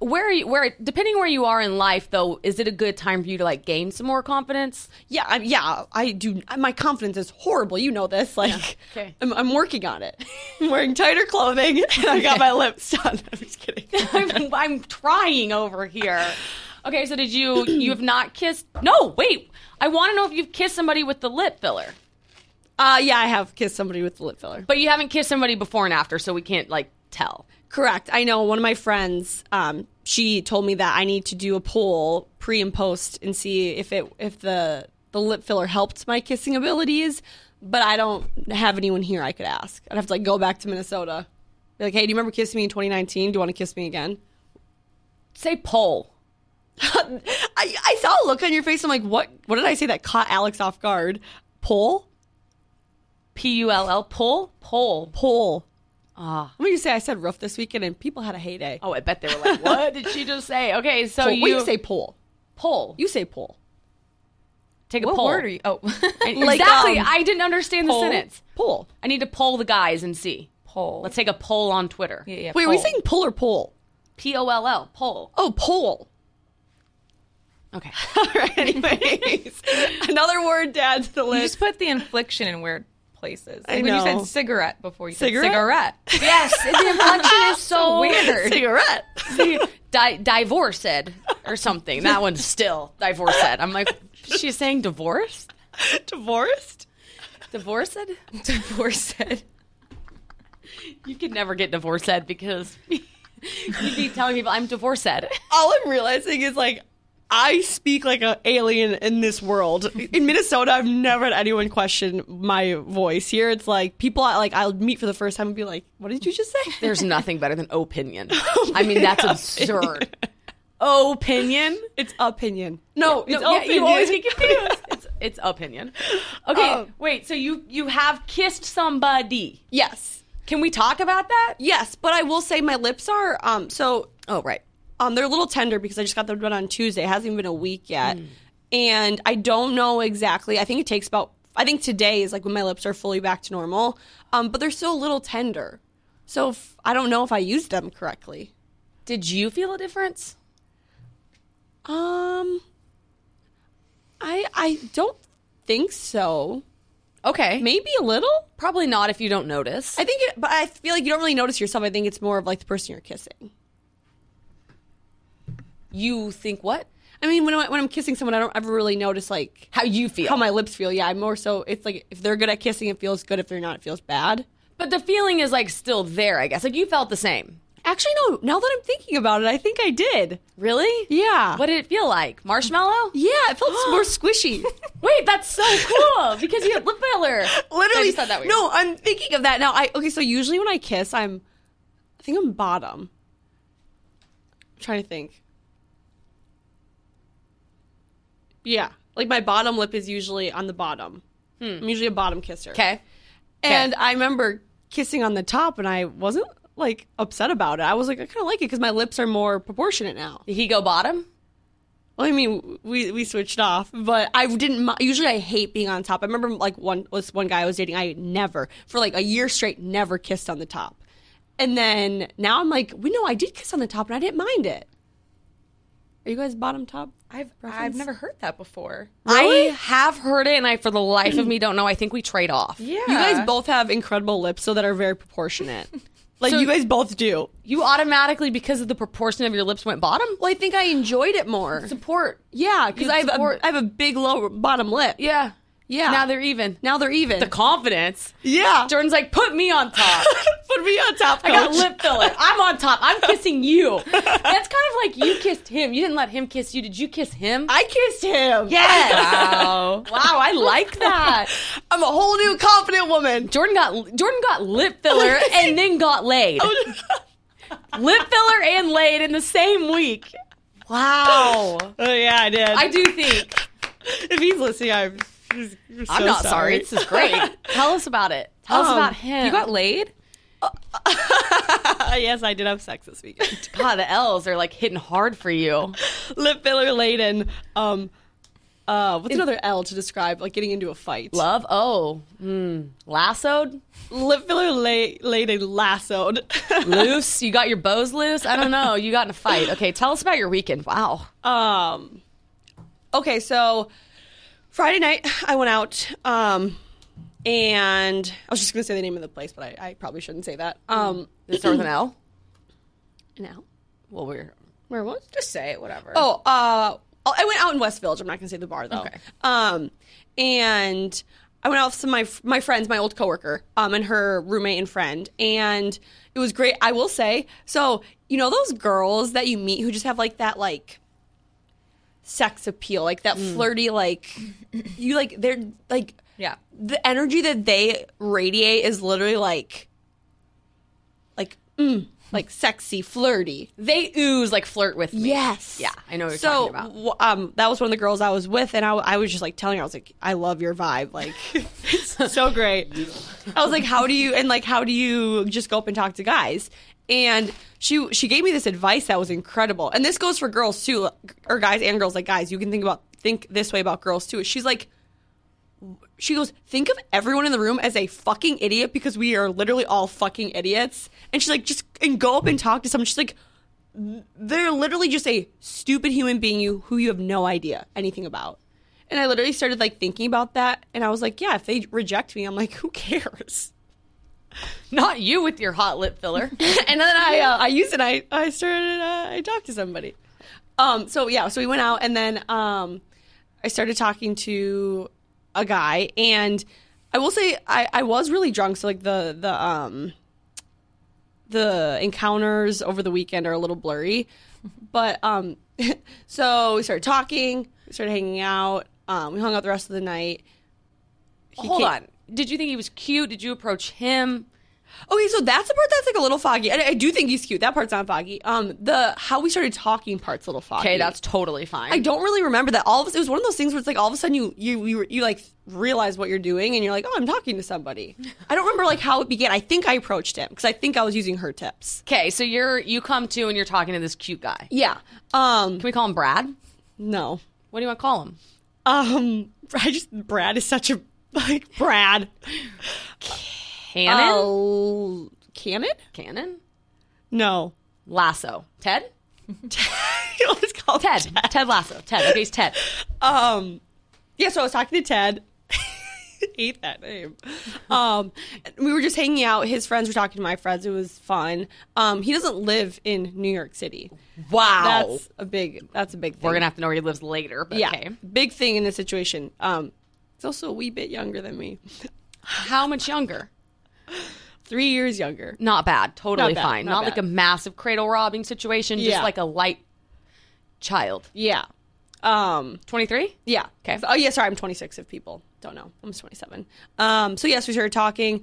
S2: Where are you, where depending where you are in life though, is it a good time for you to like gain some more confidence?
S1: Yeah, I, yeah, I do. My confidence is horrible. You know this. Like,
S2: okay.
S1: I'm, I'm working on it. I'm wearing tighter clothing, and I got my lips done. I'm just kidding.
S2: I'm, I'm trying over here. Okay, so did you you have not kissed? No, wait. I want to know if you've kissed somebody with the lip filler,
S1: Uh, yeah, I have kissed somebody with the lip filler.
S2: but you haven't kissed somebody before and after, so we can't like tell.
S1: Correct. I know one of my friends. Um, she told me that I need to do a poll pre and post and see if it if the the lip filler helped my kissing abilities. But I don't have anyone here I could ask. I'd have to like go back to Minnesota. Be like, hey, do you remember kissing me in 2019? Do you want to kiss me again?
S2: Say poll.
S1: I, I saw a look on your face. I'm like, what? What did I say that caught Alex off guard? Poll,
S2: P U L L poll poll.
S1: poll.
S2: Ah.
S1: Let me just say, I said roof this weekend, and people had a heyday.
S2: Oh, I bet they were like, "What did she just say?" Okay, so
S1: Poll.
S2: you,
S1: Well, you say poll.
S2: poll.
S1: You say poll.
S2: take a
S3: What
S2: poll.
S3: word are you? Oh,
S1: Like,
S2: exactly.
S1: um,
S2: I didn't understand the sentence.
S1: Poll.
S2: I need to poll the guys and see.
S3: poll.
S2: Let's take a poll on Twitter.
S3: Yeah, yeah,
S1: Wait, were you
S3: poll.
S1: saying poll or poll?
S2: P O L L poll.
S1: Oh, poll.
S2: Okay.
S1: All right. Anyways, another word to add to the
S3: You
S1: list.
S3: just put the inflection in weird places. Like
S1: I
S3: when you
S1: know.
S3: said cigarette before you
S1: Cigarette?
S3: said cigarette.
S2: Yes, the inflection is so
S3: weird.
S1: Cigarette.
S2: Oh, Di- divorced or something. That one's still divorced. I'm like, she's saying divorced,
S1: Divorced.
S2: divorced.
S3: Divorced.
S2: You could never get divorced because you'd be telling people I'm divorced.
S1: All I'm realizing is like. I speak like an alien in this world. In Minnesota, I've never had anyone question my voice. Here, it's like people I, like I'll meet for the first time and be like, "What did you just say?"
S2: There's nothing better than opinion. I mean, that's absurd. Opinion.
S1: It's opinion. No, it's
S2: yeah,
S1: opinion.
S2: you always get confused. It's, it's opinion. Okay,
S1: Oh.
S2: wait. So you you have kissed somebody.
S1: yes,
S2: Can we talk about that?
S1: yes, but I will say my lips are um so
S2: Oh right.
S1: um they're a little tender because I just got them done on Tuesday. It hasn't even been a week yet,
S2: Hmm.
S1: and I don't know exactly. I think it takes about. I think today is like when my lips are fully back to normal, um, but they're still a little tender. So if, I don't know if I used them correctly.
S2: Did you feel a difference?
S1: Um, I I don't think so.
S2: Okay.
S1: Maybe a little.
S2: Probably not if you don't notice.
S1: I think, it, but I feel like you don't really notice yourself. I think it's more of like the person you're kissing.
S2: you think what?
S1: I mean, when, I, when I'm kissing someone, I don't ever really notice like
S2: How you feel.
S1: how my lips feel. Yeah, I'm more so. It's like if they're good at kissing, it feels good. If they're not, it feels bad.
S2: But the feeling is like still there, I guess. Like you felt the same.
S1: Actually, no. Now that I'm thinking about it, I think I did.
S2: Really?
S1: Yeah.
S2: What did it feel like? Marshmallow?
S1: Yeah, it felt more squishy.
S2: Wait, that's so cool because you had lip filler. I
S1: Literally,
S2: just thought that weird.
S1: no. I'm thinking of that now. I okay. So usually when I kiss, I'm, I think I'm bottom. I'm trying to think. Yeah, like my bottom lip is usually on the bottom. I'm usually a bottom kisser.
S2: Okay.
S1: And I remember kissing on the top, and I wasn't like upset about it. I was like, I kind of like it because my lips are more proportionate now.
S2: Did he go bottom?
S1: Well, I mean, we we switched off, but I didn't. mi- Usually, I hate being on top. I remember like one was one guy I was dating. I never for like a year straight never kissed on the top, And then now I'm like, we know I did kiss on the top and I didn't mind it. Are you guys bottom top?
S3: I've I've
S1: Reference?
S3: never heard that before.
S1: Really?
S2: I have heard it, and I, for the life of me, don't know. I think we trade off.
S3: Yeah,
S1: You guys both have incredible lips, so that are very proportionate. Like
S2: So-
S1: you guys both do.
S2: You automatically, because of the proportion of your lips, went bottom.
S1: Well, I think I enjoyed it more.
S2: Support.
S1: Yeah, because
S2: You'd
S1: I have
S2: support-
S1: a, I have a big lower bottom lip.
S2: Yeah.
S1: Yeah.
S2: Now they're even.
S1: Now they're even.
S2: the confidence.
S1: yeah.
S2: Jordan's like, put me on top.
S1: Put me on top.
S2: I got
S1: coach.
S2: lip filler. I'm on top. I'm kissing you. That's kind of like you kissed him. You didn't let him kiss you. Did you kiss him?
S1: I kissed him.
S2: yes.
S3: Wow.
S2: Wow, I like that.
S1: I'm a whole new confident woman.
S2: Jordan got Jordan got lip filler and then got laid.
S1: Oh,
S2: lip filler and laid in the same week. Wow.
S1: Oh yeah, I did.
S2: I do think
S1: If he's listening, I'm. he's- you're so
S2: I'm not sorry. This is great. Tell us about it. Tell us
S1: Um,
S2: about him.
S3: You got laid?
S1: yes, I did have sex this weekend.
S2: God, the L's are like hitting hard for you.
S1: Lip filler laden. Um, uh, what's another L to describe like getting into a fight?
S2: Love. Oh, mm. lassoed,
S1: Lip filler la- laden, lassoed.
S2: loose. You got your bows loose. I don't know. You got in a fight. Okay, tell us about your weekend. Wow.
S1: Um, okay, so Friday night I went out, um, and I was just gonna say the name of the place, but I, I probably shouldn't say that. Um,
S2: Did it start with an L?
S1: now
S2: Well, we're
S1: where was?
S3: Just say it, whatever.
S1: Oh, uh, I went out in West Village. I'm not gonna say the bar though.
S2: Okay.
S1: Um, and I went out with some of my my friends, my old coworker, um, and her roommate and friend, and it was great. I will say, so you know those girls that you meet who just have like that like sex appeal, like that flirty, like you like they're like
S3: yeah.
S1: the energy that they radiate is literally like like mm, like sexy, flirty.
S2: they ooze like flirt with me.
S1: Yes.
S2: Yeah, I know what you're
S1: so,
S2: talking about.
S1: w- um, that was one of the girls I was with, and I, I was just like telling her, I was like, I love your vibe, like it's so great. I was like, how do you and like how do you just go up and talk to guys? And she she gave me this advice that was incredible, and this goes for girls too, like, or guys and girls. Like guys, you can think about think this way about girls too. She's like. She goes, think of everyone in the room as a fucking idiot because we are literally all fucking idiots. And she's like, just and go up and talk to someone. She's like, they're literally just a stupid human being you who you have no idea anything about. And I literally started like thinking about that and I was like, yeah, if they reject me, I'm like, who cares?
S2: Not you with your hot lip filler.
S1: and then I uh, I used it. I I started. Uh, I talked to somebody. Um. So yeah. So we went out, and then um, I started talking to a guy, and I will say I I was really drunk. So like the the um the encounters over the weekend are a little blurry, but um. so we started talking. We started hanging out. Um, we hung out the rest of the night. He
S2: Hold
S1: came-
S2: on. Did you think he was cute? Did you approach him?
S1: Okay, so that's the part that's like a little foggy. I, I do think he's cute. That part's not foggy. Um, the how we started talking part's a little foggy.
S2: Okay, that's totally fine.
S1: I don't really remember that. All of it was one of those things where it's like all of a sudden you you you, you like realize what you're doing and you're like, oh, I'm talking to somebody. I don't remember like how it began. I think I approached him because I think I was using her tips.
S2: Okay, so you're you come to and you're talking to this cute guy. Can
S1: Yeah. Um.
S2: we call him Brad?
S1: No.
S2: What do you want to call him?
S1: Um. I just Brad is such a like Brad.
S2: Cannon.
S1: Uh, Cannon?
S2: Cannon.
S1: No.
S2: Lasso. Ted.
S1: Let's call him
S2: Ted. Ted Lasso. Ted. Okay, he's Ted.
S1: Um, yeah, so I was talking to Ted. Hate that name. Um, we were just hanging out. His friends were talking to my friends. It was fun. Um, he doesn't live in New York City.
S2: Wow.
S1: That's a big. That's a big thing.
S2: We're gonna have to know where he lives later. But
S1: yeah,
S2: Okay.
S1: big thing in this situation. Um, he's also a wee bit younger than me.
S2: How much younger?
S1: Three years younger.
S2: Not bad. Totally
S1: Not bad,
S2: fine.
S1: not
S2: Not,
S1: bad.
S2: like a massive cradle robbing situation. Just
S1: Yeah.
S2: like a light child.
S1: Yeah. Um.
S2: Twenty three.
S1: Yeah.
S2: Okay.
S1: Oh yeah. Sorry, I'm 26. If people don't know, I'm just 27. Um. So yes, we started talking.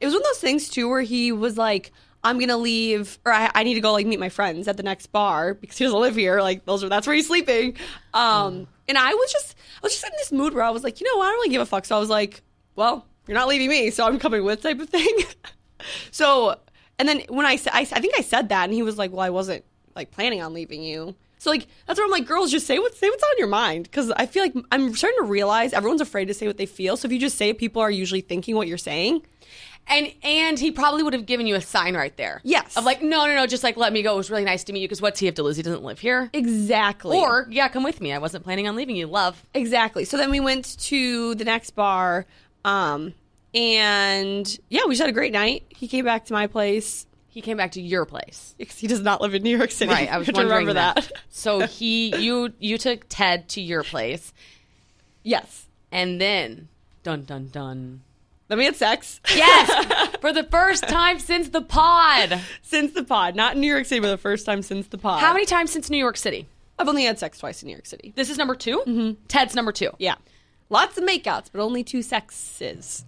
S1: It was one of those things too, where he was like, "I'm gonna leave, or I, I need to go like meet my friends at the next bar because he doesn't live here. Like those are that's where he's sleeping." Um. And I was just, I was just in this mood where I was like, you know, I don't really give a fuck. So I was like, well, you're not leaving me, so I'm coming with, type of thing. so, and then when I said, I, I think I said that, and he was like, well, I wasn't like planning on leaving you. So like that's where I'm like, girls, just say what say what's on your mind because I feel like I'm starting to realize everyone's afraid to say what they feel. So if you just say it, people are usually thinking what you're saying.
S2: And and he probably would have given you a sign right there.
S1: Yes.
S2: Of like, no, no, no, just like let me go. It was really nice to meet you because what's he have to lose? He doesn't live here.
S1: Exactly.
S2: Or yeah, come with me. I wasn't planning on leaving you. Love.
S1: Exactly. So then we went to the next bar, um, and yeah, we just had a great night. He came back to my place
S2: He came back to your place.
S1: because he does not live in New York City.
S2: Right. I was
S1: You have to
S2: wondering
S1: remember that.
S2: so he you you took Ted to your place
S1: yes.
S2: and then dun dun dun.
S1: Then we had sex
S2: Yes. For the first time since the pod.
S1: since the pod, not in New York City, but the first time since the pod.
S2: How many times since New York City?
S1: I've only had sex twice in New York City.
S2: This is number 2 Ted's number two.
S1: Yeah, lots of makeouts, but only two sexes.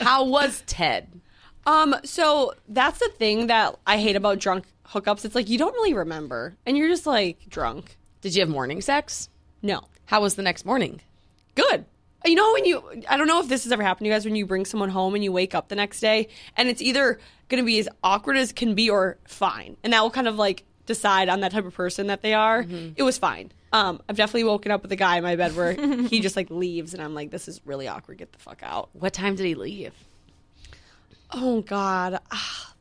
S2: How was Ted?
S1: Um, so that's the thing that I hate about drunk hookups. It's like you don't really remember, and you're just like drunk.
S2: Did you have morning sex?
S1: No,
S2: How was the next morning?
S1: good. You know when you I don't know if this has ever happened to you guys when you bring someone home and you wake up the next day and it's either going to be as awkward as can be or fine. And that will kind of like decide on that type of person that they are. It was fine. Um, I've definitely woken up with a guy in my bed where he just like leaves and I'm like this is really awkward. Get the fuck out.
S2: What time did he leave?
S1: Oh god. Ah.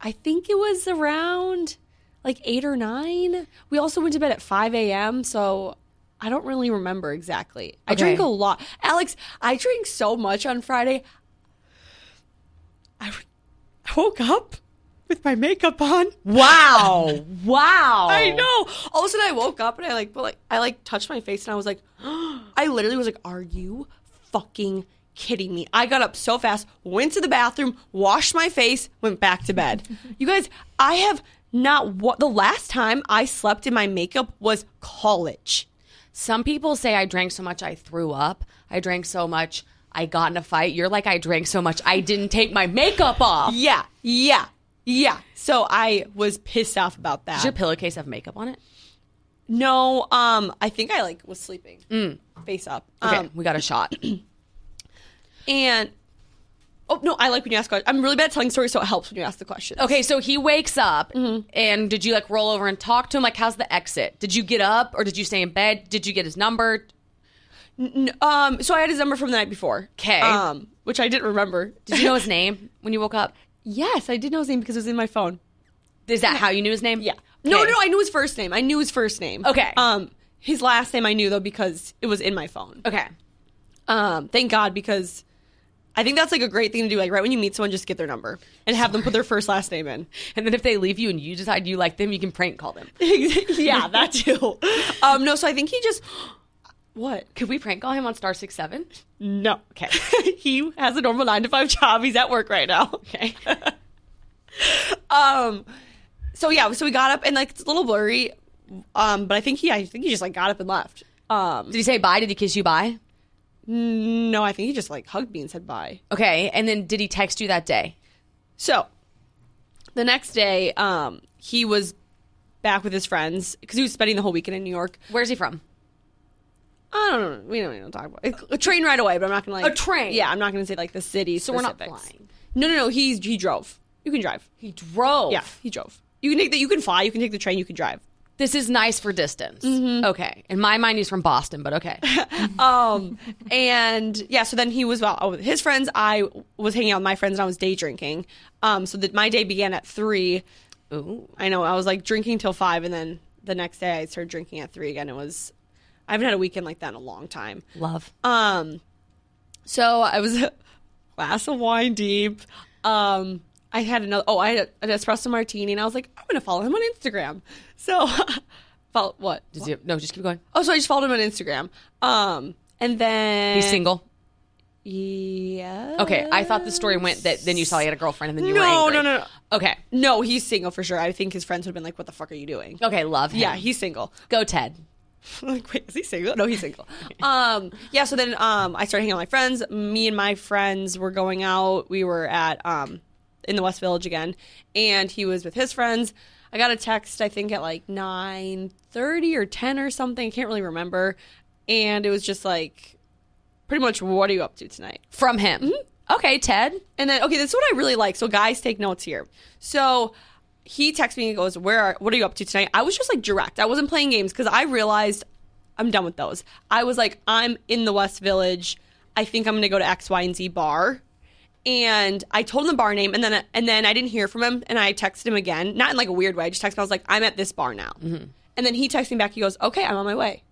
S1: I think it was around like 8 or 9. We also went to bed at 5 a.m. so I don't really remember exactly. I
S2: Okay.
S1: drink a lot. Alex, I drank so much on Friday. I w- I woke up with my makeup on.
S2: Wow. wow.
S1: I know. All of a sudden I woke up and I like put like I like touched my face and I was like I literally was like, Are you fucking kidding me? I got up so fast, went to the bathroom, washed my face, went back to bed. you guys, I have not what the last time I slept in my makeup was college.
S2: Some people say I drank so much I threw up. I drank so much I got in a fight. You're like I drank so much I didn't take my makeup off.
S1: Yeah, yeah, yeah. So I was pissed off about that.
S2: Does your pillowcase have makeup on it?
S1: no, um, I think I like was sleeping. Face up.
S2: Okay,
S1: Um,
S2: we got a shot.
S1: And oh no, I like when you ask questions. I'm really bad at telling stories, so it helps when you ask the question.
S2: Okay, so he wakes up, and did you like roll over and talk to him? Like, how's the exit? Did you get up, or did you stay in bed? Did you get his number?
S1: N- um, so I had his number from the night before.
S2: 'Kay.
S1: Um, which I didn't remember.
S2: Did you know his name when you woke up?
S1: yes, I did know his name because it was in my phone.
S2: Is that how you knew his name?
S1: Yeah. No,
S2: Okay.
S1: no, I knew his first name. I knew his first name.
S2: Okay.
S1: Um, his last name I knew though because it was in my phone.
S2: Okay.
S1: Um, thank God because I think that's like a great thing to do. Like right when you meet someone, just get their number and have them put their first last name in.
S2: And then if they leave you and you decide you like them, you can prank call them.
S1: yeah, that too. Um, no, so I think he just what?
S2: Could we prank call him on Star Six Seven?
S1: No. Okay. he has a normal nine to five job. He's at work right now.
S2: Okay.
S1: um so yeah, so we got up and like it's a little blurry. Um, but I think he I think he just like got up and left. Um
S2: Did he say bye? Did he kiss you bye?
S1: no, I think he just like hugged me and said bye.
S2: Okay. And then did he text you that day?
S1: So the next day, um, he was back with his friends because he was spending the whole weekend in New York.
S2: Where's he from?
S1: I don't know. We don't even talk about it. A train right away, but I'm not gonna like
S2: A train?
S1: Yeah, I'm not gonna say like the city.
S2: So we're not
S1: specifics.
S2: flying.
S1: No, no, no. He's he drove. You can drive.
S2: He drove.
S1: Yeah, he drove. You can take the, you can fly. You can take the train. You can drive.
S2: This is nice for distance.
S1: Mm-hmm.
S2: Okay. In my mind, he's from Boston, but okay.
S1: Um, and yeah, so then he was well with his friends. I was hanging out with my friends and I was day drinking. Um, so that my day began at three.
S2: Ooh.
S1: I know I was like drinking till five, and then the next day I started drinking at three again. It was I haven't had a weekend like that in a long time.
S2: Love.
S1: Um, so I was a glass of wine deep. Um, I had another. Oh, I had an espresso martini, and I was like, I'm gonna follow him on Instagram. So, follow what?
S2: Does he, no, just keep going.
S1: Oh, so I just followed him on Instagram. Um, and then
S2: He's single.
S1: Yeah.
S2: Okay, I thought the story went that then you saw he had a girlfriend and then you were
S1: No,
S2: angry.
S1: no, no, no.
S2: Okay,
S1: No, he's single for sure. I think his friends would have been like, "What the fuck are you doing?"
S2: okay, love. Him.
S1: Yeah, he's single.
S2: go Ted.
S1: like, wait, is he single? No, he's single. um, yeah. So then, um, I started hanging out with my friends. Me and my friends were going out. We were at um, in the West Village again, and he was with his friends. I got a text, I think at like nine thirty or ten or something. I can't really remember, and it was just like, pretty much, what are you up to tonight?
S2: From him.
S1: Mm-hmm.
S2: Okay, Ted.
S1: And then, okay, this is what I really like. So, guys, take notes here. So, he texts me and goes, "Where are? What are you up to tonight?" I was just like direct. I wasn't playing games because I realized I'm done with those. I was like, I'm in the West Village. I think I'm going to go to X, Y, and Z bar, And I told him the bar name, and then and then I didn't hear from him, and I texted him again, not in like a weird way. I just texted him. I was like, "I'm at this bar now,"
S2: Mm-hmm.
S1: and then he texted me back. He goes, "Okay, I'm on my way."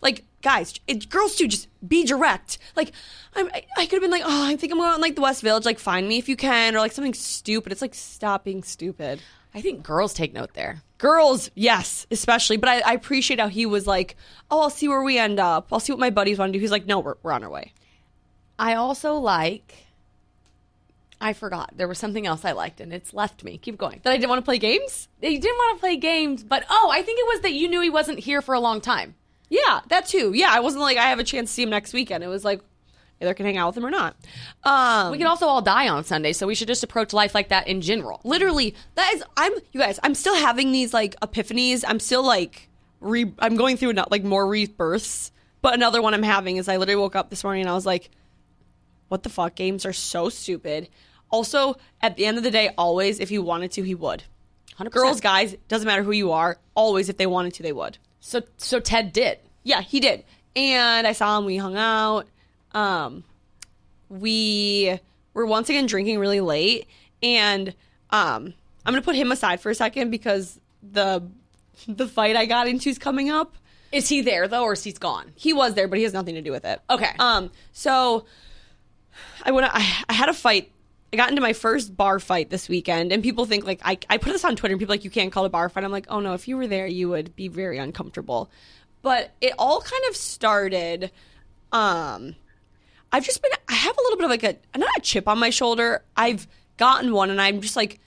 S1: Like guys, it, girls too, just be direct. Like I'm, I, I could have been like, "Oh, I think I'm going out in like the West Village. Like find me if you can," or like something stupid. It's like stop being stupid
S2: I think girls take note there.
S1: girls yes especially but I, I appreciate how he was like oh i'll see where we end up i'll see what my buddies want to do he's like no we're, we're on our way
S2: I also like. I forgot there was something else I liked, and it's left me. Keep going.
S1: that i didn't want to play games
S2: They didn't want to play games, but oh, I think it was that you knew he wasn't here for a long time.
S1: yeah that too yeah i wasn't like i have a chance to see him next weekend it was like either I can hang out with him or not um
S2: We can also all die on Sunday, so we should just approach life like that in general.
S1: literally that is i'm you guys i'm still having these like epiphanies i'm still like re i'm going through not like more rebirths but another one i'm having is i literally woke up this morning and i was like what the fuck games are so stupid also at the end of the day always if he wanted to he would
S2: 100%.
S1: girls guys doesn't matter who you are always if they wanted to they would
S2: So, so Ted did.
S1: yeah he did and i saw him we hung out um we were once again drinking really late and um i'm gonna put him aside for a second because the the fight i got into is coming up
S2: Is he there though, or is he gone?
S1: he was there but he has nothing to do with it
S2: Okay.
S1: um so i went I, I had a fight i got into my first bar fight this weekend and people think like i, I put this on twitter and people are like you can't call it a bar fight i'm like oh no if you were there you would be very uncomfortable but it all kind of started um I've just been I have a little bit of like a not a chip on my shoulder. I've gotten one and I'm just like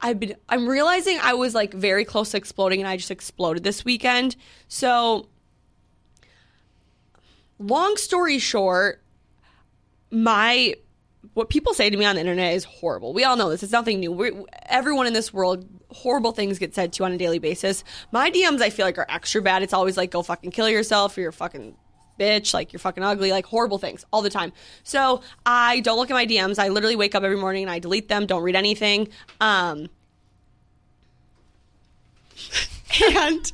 S1: I've been I'm realizing I was like very close to exploding and I just exploded this weekend. So long story short, my what people say to me on the internet is horrible. We all know this. It's nothing new. We're, everyone in this world, horrible things get said to you on a daily basis. My DMs, I feel like, are extra bad. It's always like, go fucking kill yourself or you're a fucking bitch, like you're fucking ugly, like horrible things all the time. So I don't look at my DMs. I literally wake up every morning and I delete them, don't read anything. Um, and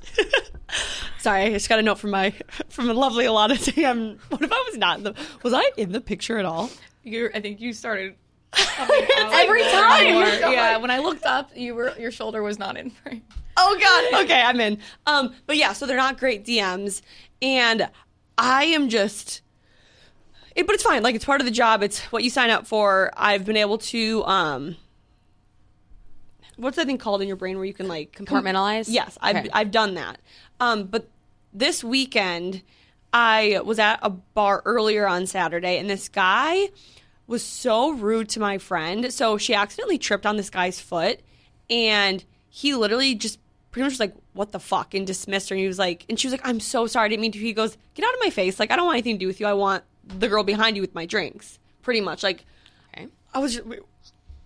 S1: sorry, I just got a note from my from a lovely Alana saying, I'm, "What if I was not in the was I in the picture at all?"
S3: You're, I think you started.
S2: Every time.
S3: yeah, when I looked up, you were your shoulder was not in frame.
S1: Oh god. Okay, I'm in. Um, but yeah, so they're not great DMs, and I am just. It, but it's fine. Like it's part of the job. It's what you sign up for. I've been able to. Um, what's that thing called in your brain where you can like
S2: Compartmentalize?
S1: yes, I've
S2: Okay.
S1: I've done that. Um, but this weekend, I was at a bar earlier on Saturday, and this guy was so rude to my friend. So she accidentally tripped on this guy's foot, and he literally just pretty much was like, "What the fuck?" and dismissed her. And he was like, and she was like, "I'm so sorry, I didn't mean to." He goes, "Get out of my face! Like I don't want anything to do with you. I want the girl behind you with my drinks." Pretty much, like
S2: Okay.
S1: I was just, we,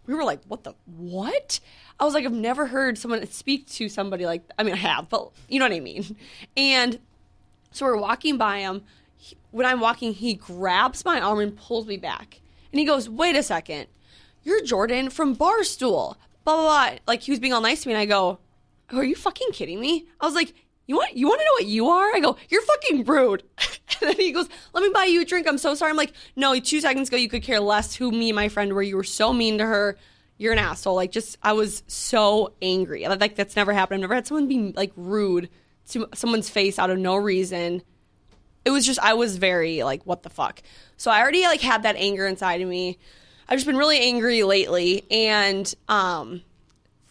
S1: we were like, what the what? I was like, I've never heard someone speak to somebody like I mean, I have, but you know what I mean. And so we're walking by him. He, when I'm walking, he grabs my arm and pulls me back, and he goes, "Wait a second, you're Jordan from Barstool." Blah blah. blah. Like he was being all nice to me, and I go, "Are you fucking kidding me?" I was like, "You want you want to know what you are?" I go, "You're fucking rude." and then he goes, "Let me buy you a drink. I'm so sorry." I'm like, "No, two seconds ago you could care less who me and my friend were. You were so mean to her." You're an asshole. Like, just I was so angry. Like, that's never happened. I've never had someone be like rude to someone's face out of no reason it was just I was very like what the fuck. So I already like had that anger inside of me. I've just been really angry lately and um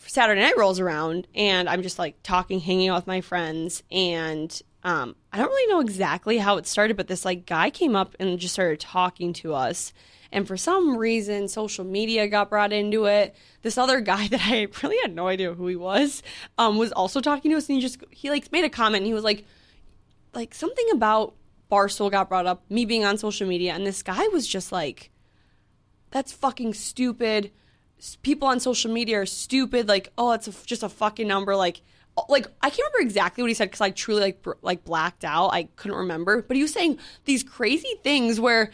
S1: Saturday night rolls around and I'm just like talking, hanging out with my friends and um I don't really know exactly how it started but this like guy came up and just started talking to us and for some reason social media got brought into it. This other guy that I really had no idea who he was um was also talking to us and he just he like made a comment and he was like like something about Barstool got brought up, me being on social media, and this guy was just like, "That's fucking stupid. S- People on social media are stupid. Like, oh, it's a, f- just a fucking number. Like, oh, like I can't remember exactly what he said because I truly like br- like blacked out. I couldn't remember, but he was saying these crazy things where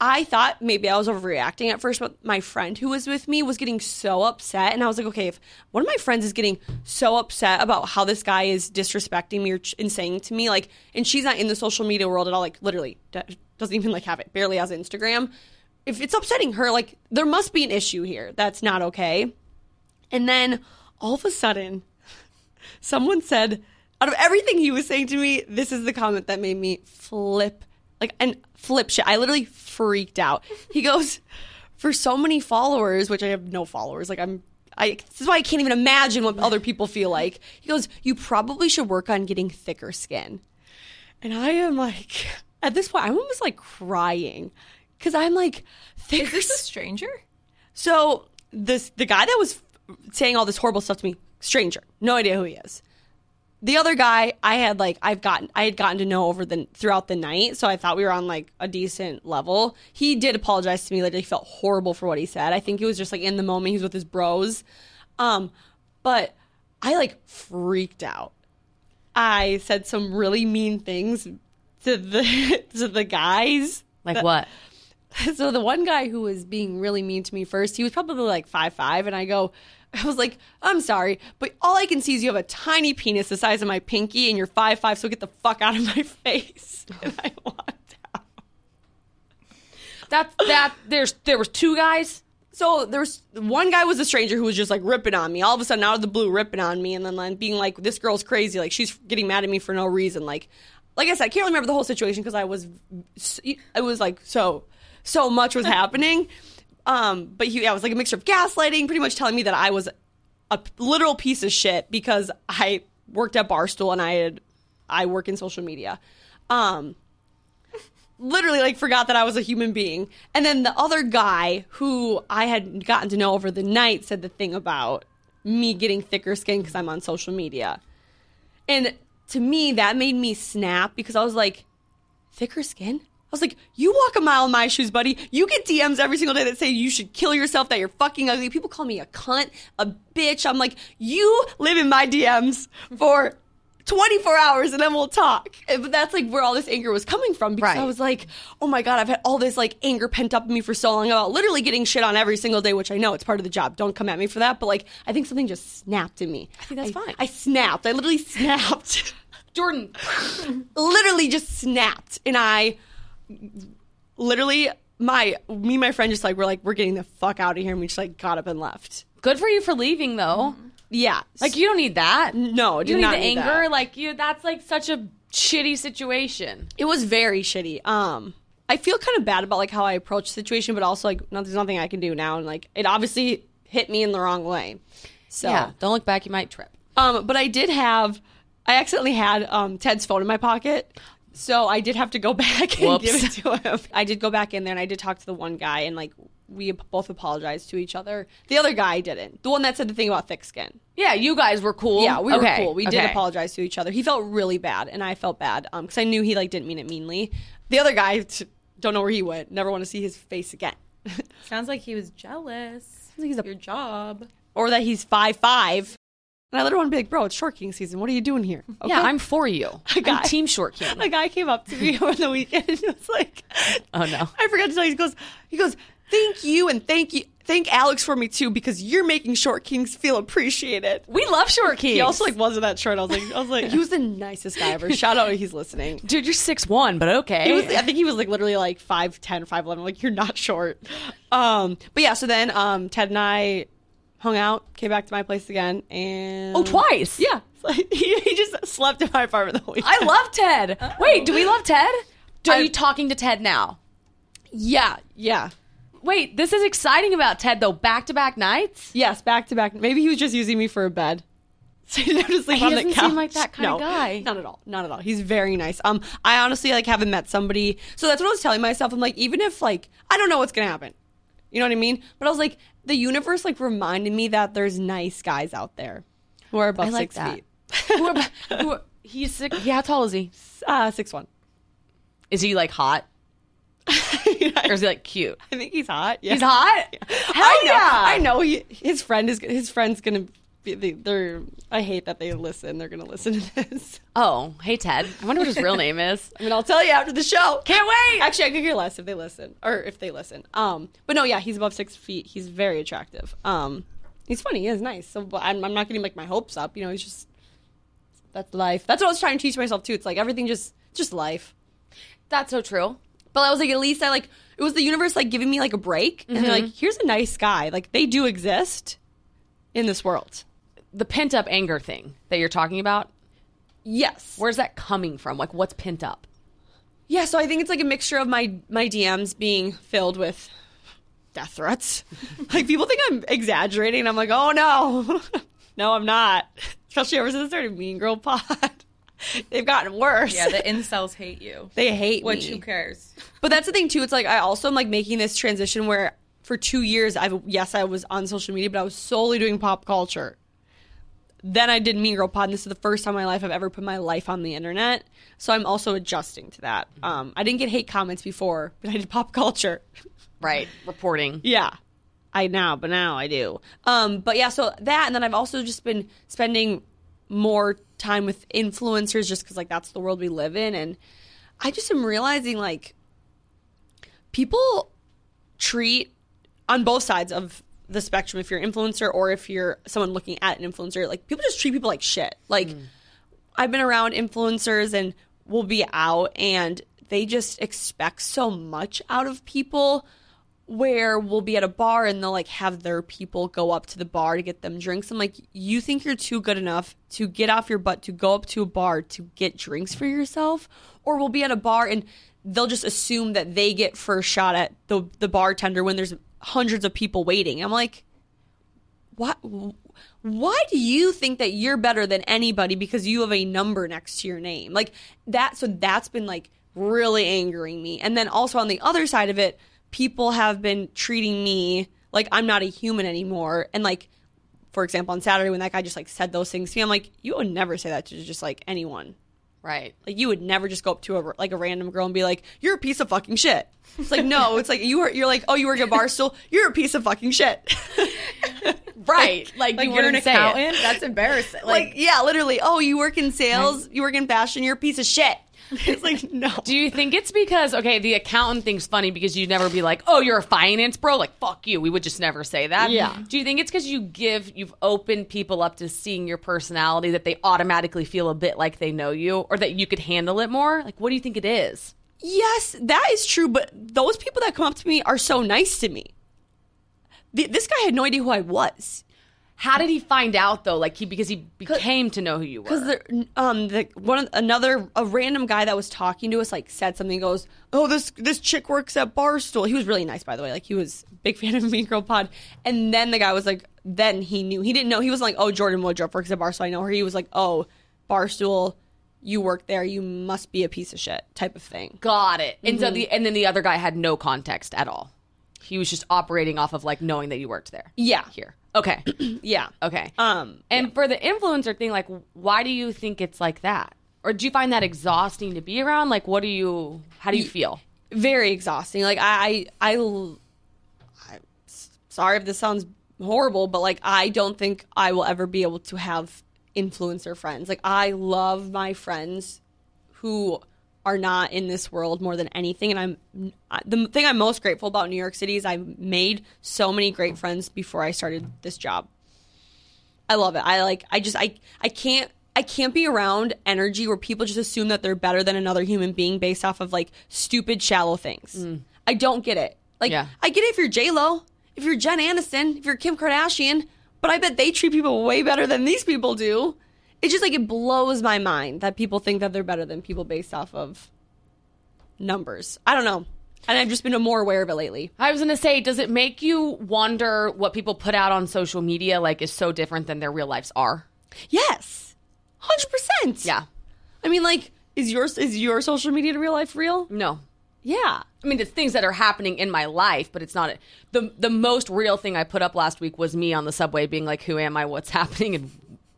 S1: I thought maybe I was overreacting at first, but my friend who was with me was getting so upset. And I was like, okay, if one of my friends is getting so upset about how this guy is disrespecting me or ch- and saying to me, like, and she's not in the social media world at all, like, literally d- doesn't even like have it, barely has Instagram. if it's upsetting her, like there must be an issue here that's not okay. And then all of a sudden, someone said, out of everything he was saying to me, this is the comment that made me flip, like, and flip shit. I literally freaked out. He goes, for so many followers, which I have no followers, like, I'm, I, this is why I can't even imagine what other people feel like. He goes, you probably should work on getting thicker skin. And I am like, at this point, I'm almost like crying because I'm like, thicker
S3: Is this a stranger?
S1: so this the guy that was saying all this horrible stuff to me, stranger, no idea who he is. The other guy, I had like I've gotten I had gotten to know over the throughout the night, so I thought we were on like a decent level. He did apologize to me later. He felt horrible for what he said. I think he was just like in the moment. He was with his bros, um, but I like freaked out. I said some really mean things to the to the guys
S2: Like what?
S1: so the one guy who was being really mean to me first, he was probably like five five, and I go, I was like, I'm sorry, but all I can see is you have a tiny penis the size of my pinky, and you're five five, so get the fuck out of my face. And I walked out.
S2: That's that. There's there was two guys.
S1: So there was one guy was a stranger who was just like ripping on me, all of a sudden out of the blue ripping on me, and then like, being like, this girl's crazy, like she's getting mad at me for no reason, like. Like I said, I can't remember the whole situation because I was, I was like so, so much was happening. Um, but he, yeah, it was like a mixture of gaslighting, pretty much telling me that I was a p- literal piece of shit because I worked at Barstool and I had, I work in social media. Um, literally like forgot that I was a human being. And then the other guy who I had gotten to know over the night said the thing about me getting thicker skin because I'm on social media. And to me, that made me snap because I was like, thicker skin? I was like, you walk a mile in my shoes, buddy. You get DMs every single day that say you should kill yourself, that you're fucking ugly. People call me a cunt, a bitch. I'm like, you live in my DMs for 24 hours and then we'll talk. And- But that's like where all this anger was coming from because I
S2: Right.
S1: was like, oh my God, I've had all this like anger pent up in me for so long about literally getting shit on every single day, which I know it's part of the job. Don't come at me for that. But like, I think something just snapped in me. I think
S2: that's fine.
S1: I snapped. I literally snapped.
S2: Jordan,
S1: literally just snapped and i literally my me and my friend just like we're like we're getting the fuck out of here and we just like got up and left
S2: good for you for leaving though.
S1: yeah
S2: Like you don't need that.
S1: no did
S2: you don't
S1: not
S2: need the
S1: that.
S2: anger. Like you, that's like such a shitty situation.
S1: it was very shitty um i feel kind of bad about like how i approached the situation but also like no, there's nothing i can do now and like it obviously hit me in the wrong way so
S2: don't look back. You might trip.
S1: Um, but I did have, I accidentally had um, Ted's phone in my pocket. So I did have to go back and
S2: Whoops.
S1: give it to him. I did go back in there and I did talk to the one guy and like we both apologized to each other. The other guy didn't. The one that said the thing about thick skin.
S2: Yeah, you guys were cool.
S1: Yeah, we
S2: Okay,
S1: were cool. We
S2: okay.
S1: did apologize to each other. He felt really bad and I felt bad um cuz I knew he like didn't mean it meanly. The other guy t- don't know where he went. Never want to see his face again.
S3: Sounds like he was jealous.
S1: like he's a-
S3: your job.
S1: or that he's 5'5. Five, five. And I literally want to be like, "Bro, it's short king season. What are you doing here?"
S2: Yeah, I'm for you.
S1: got
S2: I'm
S1: it.
S2: team short king.
S1: a guy came up to me over the weekend and was like,
S2: Oh, no.
S1: I forgot to tell you." He goes, "He goes, thank you and thank you, thank Alex for me too because you're making short kings feel appreciated."
S2: we love short kings.
S1: He also like wasn't that short. I was like, I was like, he was the nicest guy ever. Shout out, if he's listening.
S2: dude, you're six one, but okay.
S1: He was, I think he was like literally like 5'10", 5'11". Like you're not short. Um, but yeah, so then um, Ted and I hung out, came back to my place again, and
S2: oh, twice.
S1: Yeah, So he, he just slept in my apartment the whole weekend.
S2: I love Ted. Wait, do we love Ted? Are
S1: I-
S2: you talking to Ted now?
S1: yeah, yeah.
S2: Wait, this is exciting about Ted though. Back to back nights.
S1: Yes, back to back. Maybe he was just using me for a bed. So he didn't have to sleep
S2: He
S1: on the
S2: doesn't
S1: couch.
S2: seem like that kinda
S1: No,
S2: guy.
S1: Not at all. Not at all. He's very nice. Um, I honestly like haven't met somebody. So that's what I was telling myself. I'm like, even if like I don't know what's gonna happen. You know what I mean? But I was like, the universe like reminded me that there's nice guys out there who are above
S2: I like
S1: six
S2: that.
S1: feet.
S2: who are, who are, he's six. Yeah, how tall is he?
S1: Uh six one.
S2: Is he like hot or
S1: I
S2: is he like cute?
S1: think he's hot. Yeah.
S2: He's hot. Hell
S1: I know.
S2: yeah.
S1: I know. He, his friend is. His friend's gonna. Be, they, they're. I hate that they listen. They're gonna listen to this.
S2: Oh, hey Ted. I wonder what his real name is.
S1: I mean, I'll tell you after the show.
S2: Can't wait.
S1: Actually, I could care less if they listen or if they listen. Um, but no, yeah, he's above six feet. He's very attractive. Um, he's funny. He's nice. So but I'm, I'm not getting like my hopes up. You know, he's just that's life. That's what I was trying to teach myself too. It's like everything just just life.
S2: That's so true.
S1: But I was like, at least I like it was the universe like giving me like a break and
S2: Mm-hmm.
S1: they're like here's a nice guy like they do exist in this world
S2: The pent up anger thing that you're talking about,
S1: yes
S2: where's that coming from? Like, what's pent up?
S1: yeah so i think it's like a mixture of my my dms being filled with death threats like people think i'm exaggerating i'm like oh no no i'm not especially ever since i started mean girl pod they've gotten worse
S3: Yeah, the incels hate you.
S1: they hate
S3: Which
S1: me.
S3: who cares?
S1: But that's the thing too. It's like I also am like making this transition where for two years I've yes I was on social media, but I was solely doing pop culture. Then I did Mean Girl Pod, and this is the first time in my life I've ever put my life on the internet. So I'm also adjusting to that. Um, I didn't get hate comments before, but I did pop culture.
S2: Right. Reporting.
S1: Yeah. I now, but now I do. Um, but yeah, so that, and then I've also just been spending more time with influencers just because, like, that's the world we live in. And I just am realizing, like, people treat on both sides of the spectrum, if you're an influencer or if you're someone looking at an influencer, like, people just treat people like shit. Like, I've been around influencers and will be out, and they just expect so much out of people where we'll be at a bar and they'll like have their people go up to the bar to get them drinks. I'm like, you think you're too good enough to get off your butt to go up to a bar to get drinks for yourself, or we'll be at a bar and they'll just assume that they get first shot at the the bartender when there's hundreds of people waiting. I'm like, what? Why do you think that you're better than anybody because you have a number next to your name? Like that. So that's been like really angering me. And then also on the other side of it, people have been treating me like I'm not a human anymore. And like, for example, on Saturday when that guy just like said those things to me, I'm like, you would never say that to just like anyone.
S2: Right.
S1: Like you would never just go up to a like a random girl and be like, "You're a piece of fucking shit." It's like no, it's like you were you're like, "Oh, you work at Barstool? You're a piece of fucking shit."
S2: Right. Like,
S3: Like
S2: you
S3: you are an
S2: wouldn't say it.
S3: accountant? That's embarrassing.
S1: like,
S3: Like,
S1: yeah, literally. Oh, you work in sales, you work in fashion, you're a piece of shit. It's like no.
S2: Do you think it's because okay, the accountant thing's funny because you'd never be like, "Oh, you're a finance bro," like "fuck you." We would just never say that.
S1: Yeah.
S2: Do you think it's because you give you've opened people up to seeing your personality that they automatically feel a bit like they know you or that you could handle it more? Like, what do you think it is?
S1: yes, that is true, but those people that come up to me are so nice to me. Th- this guy had no idea who I was.
S2: How did he find out though? Like he because he became to know who you were.
S1: because the um the one of- another a random guy that was talking to us like said something he goes oh this this chick works at barstool he was really nice by the way like he was a big fan of mean girl pod and then the guy was like then he knew he didn't know he was like oh jordan woodruff works at barstool i know her he was like oh barstool you work there you must be a piece of shit type of thing
S2: Got it. And so the and then the other guy had no context at all. He was just operating off of like knowing that you worked there.
S1: yeah
S2: Here. Okay.
S1: yeah
S2: Okay.
S1: um
S2: And for the influencer thing, like, why do you think it's like that? Or do you find that exhausting to be around? Like, what do you, how do you feel?
S1: very exhausting. Like I, I, I, am sorry if this sounds horrible, but like I don't think I will ever be able to have influencer friends. Like I love my friends who are not in this world more than anything. And I'm I- the thing I'm most grateful about New York City is I made so many great friends before I started this job. I love it. I like. I just. I. I can't. I can't be around energy where people just assume that they're better than another human being based off of like stupid, shallow things. I don't get it. Like,
S2: Mm. Yeah.
S1: I get it if you're J Lo, if you're Jen Aniston, if you're Kim Kardashian, but I bet they treat people way better than these people do. It's just like it blows my mind that people think that they're better than people based off of numbers. I don't know, and I've just been more aware of it lately.
S2: I was going to say, does it make you wonder what people put out on social media, like, is so different than their real lives are?
S1: Yes, hundred percent.
S2: Yeah.
S1: I mean, like, is yours is your social media to real life real?
S2: No.
S1: Yeah.
S2: I mean, it's things that are happening in my life, but it's not the the most real thing I put up last week was me on the subway being like, "Who am I? What's happening? And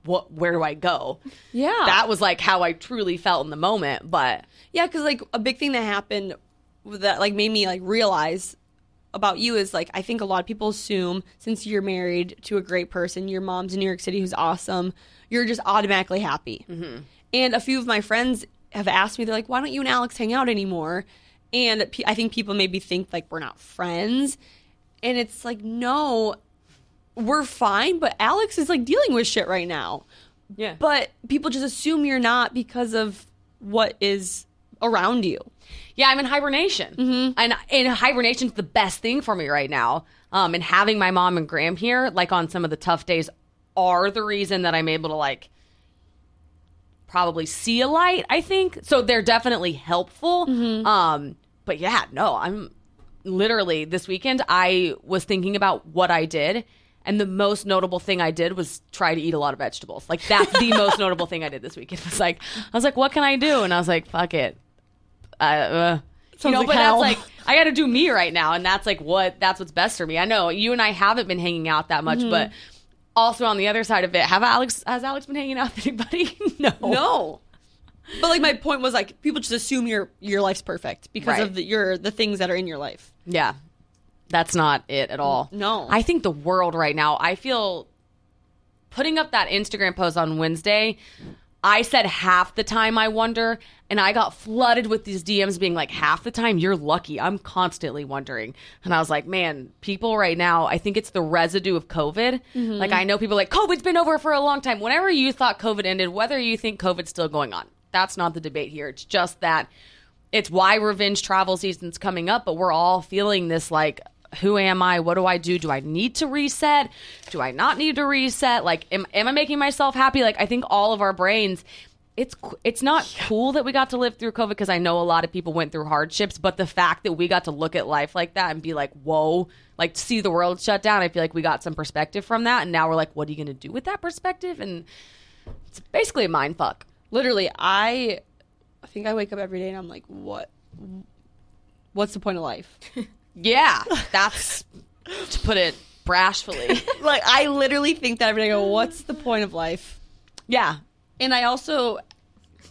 S2: what? Where do I go?"
S1: Yeah.
S2: That was like how I truly felt in the moment. But
S1: yeah, because like a big thing that happened that like made me like realize about you is like I think a lot of people assume since you're married to a great person, your mom's in New York City who's awesome, you're just automatically happy. And a few of my friends have asked me, they're like, "Why don't you and Alex hang out anymore?" And pe- I think people maybe think like we're not friends, and it's like no, we're fine. But Alex is like dealing with shit right now.
S2: yeah,
S1: but people just assume you're not because of what is around you.
S2: Yeah, I'm in hibernation. Mm-hmm. And, and hibernation's the best thing for me right now. Um, and having my mom and Graham here, like on some of the tough days, are the reason that I'm able to like probably see a light, I think. So they're definitely helpful.
S1: Mm-hmm.
S2: Um, but yeah, no, I'm literally this weekend I was thinking about what I did. And the most notable thing I did was try to eat a lot of vegetables. Like that's the most notable thing I did this weekend. It's like I was like, what can I do? And I was like, fuck it, uh, uh, you
S1: Sounds
S2: know,
S1: like
S2: but
S1: hell.
S2: that's like I got to do me right now, and that's like what that's what's best for me. I know you and I haven't been hanging out that much,
S1: Mm-hmm.
S2: but also on the other side of it, have Alex has Alex been hanging out with anybody? no,
S1: No. But like my point was like people just assume your your life's perfect because
S2: Right.
S1: of the, your the things that are in your life.
S2: yeah, that's not it at all.
S1: No.
S2: I think the world right now. I feel putting up that Instagram post on Wednesday. I said half the time I wonder, and I got flooded with these DMs being like, half the time you're lucky. I'm constantly wondering. And I was like, man, people right now, I think it's the residue of COVID. Like, I know people are like, COVID's been over for a long time. Whenever you thought COVID ended, whether you think COVID's still going on, that's not the debate here. It's just that it's why revenge travel season's coming up, but we're all feeling this like, who am I? What do I do? Do I need to reset? Do I not need to reset? Like, am, am I making myself happy? Like, I think all of our brains, it's c- it's not cool that we got to live through COVID because I know a lot of people went through hardships, but the fact that we got to look at life like that and be like, whoa, like to see the world shut down, I feel like we got some perspective from that, and now we're like, what are you going to do with that perspective? And it's basically a mind fuck.
S1: Literally, I I think I wake up every day and I'm like, what? What's the point of life?
S2: Yeah, that's to put it brashfully.
S1: like I literally think that every day. I go, what's the point of life?
S2: Yeah.
S1: And I also,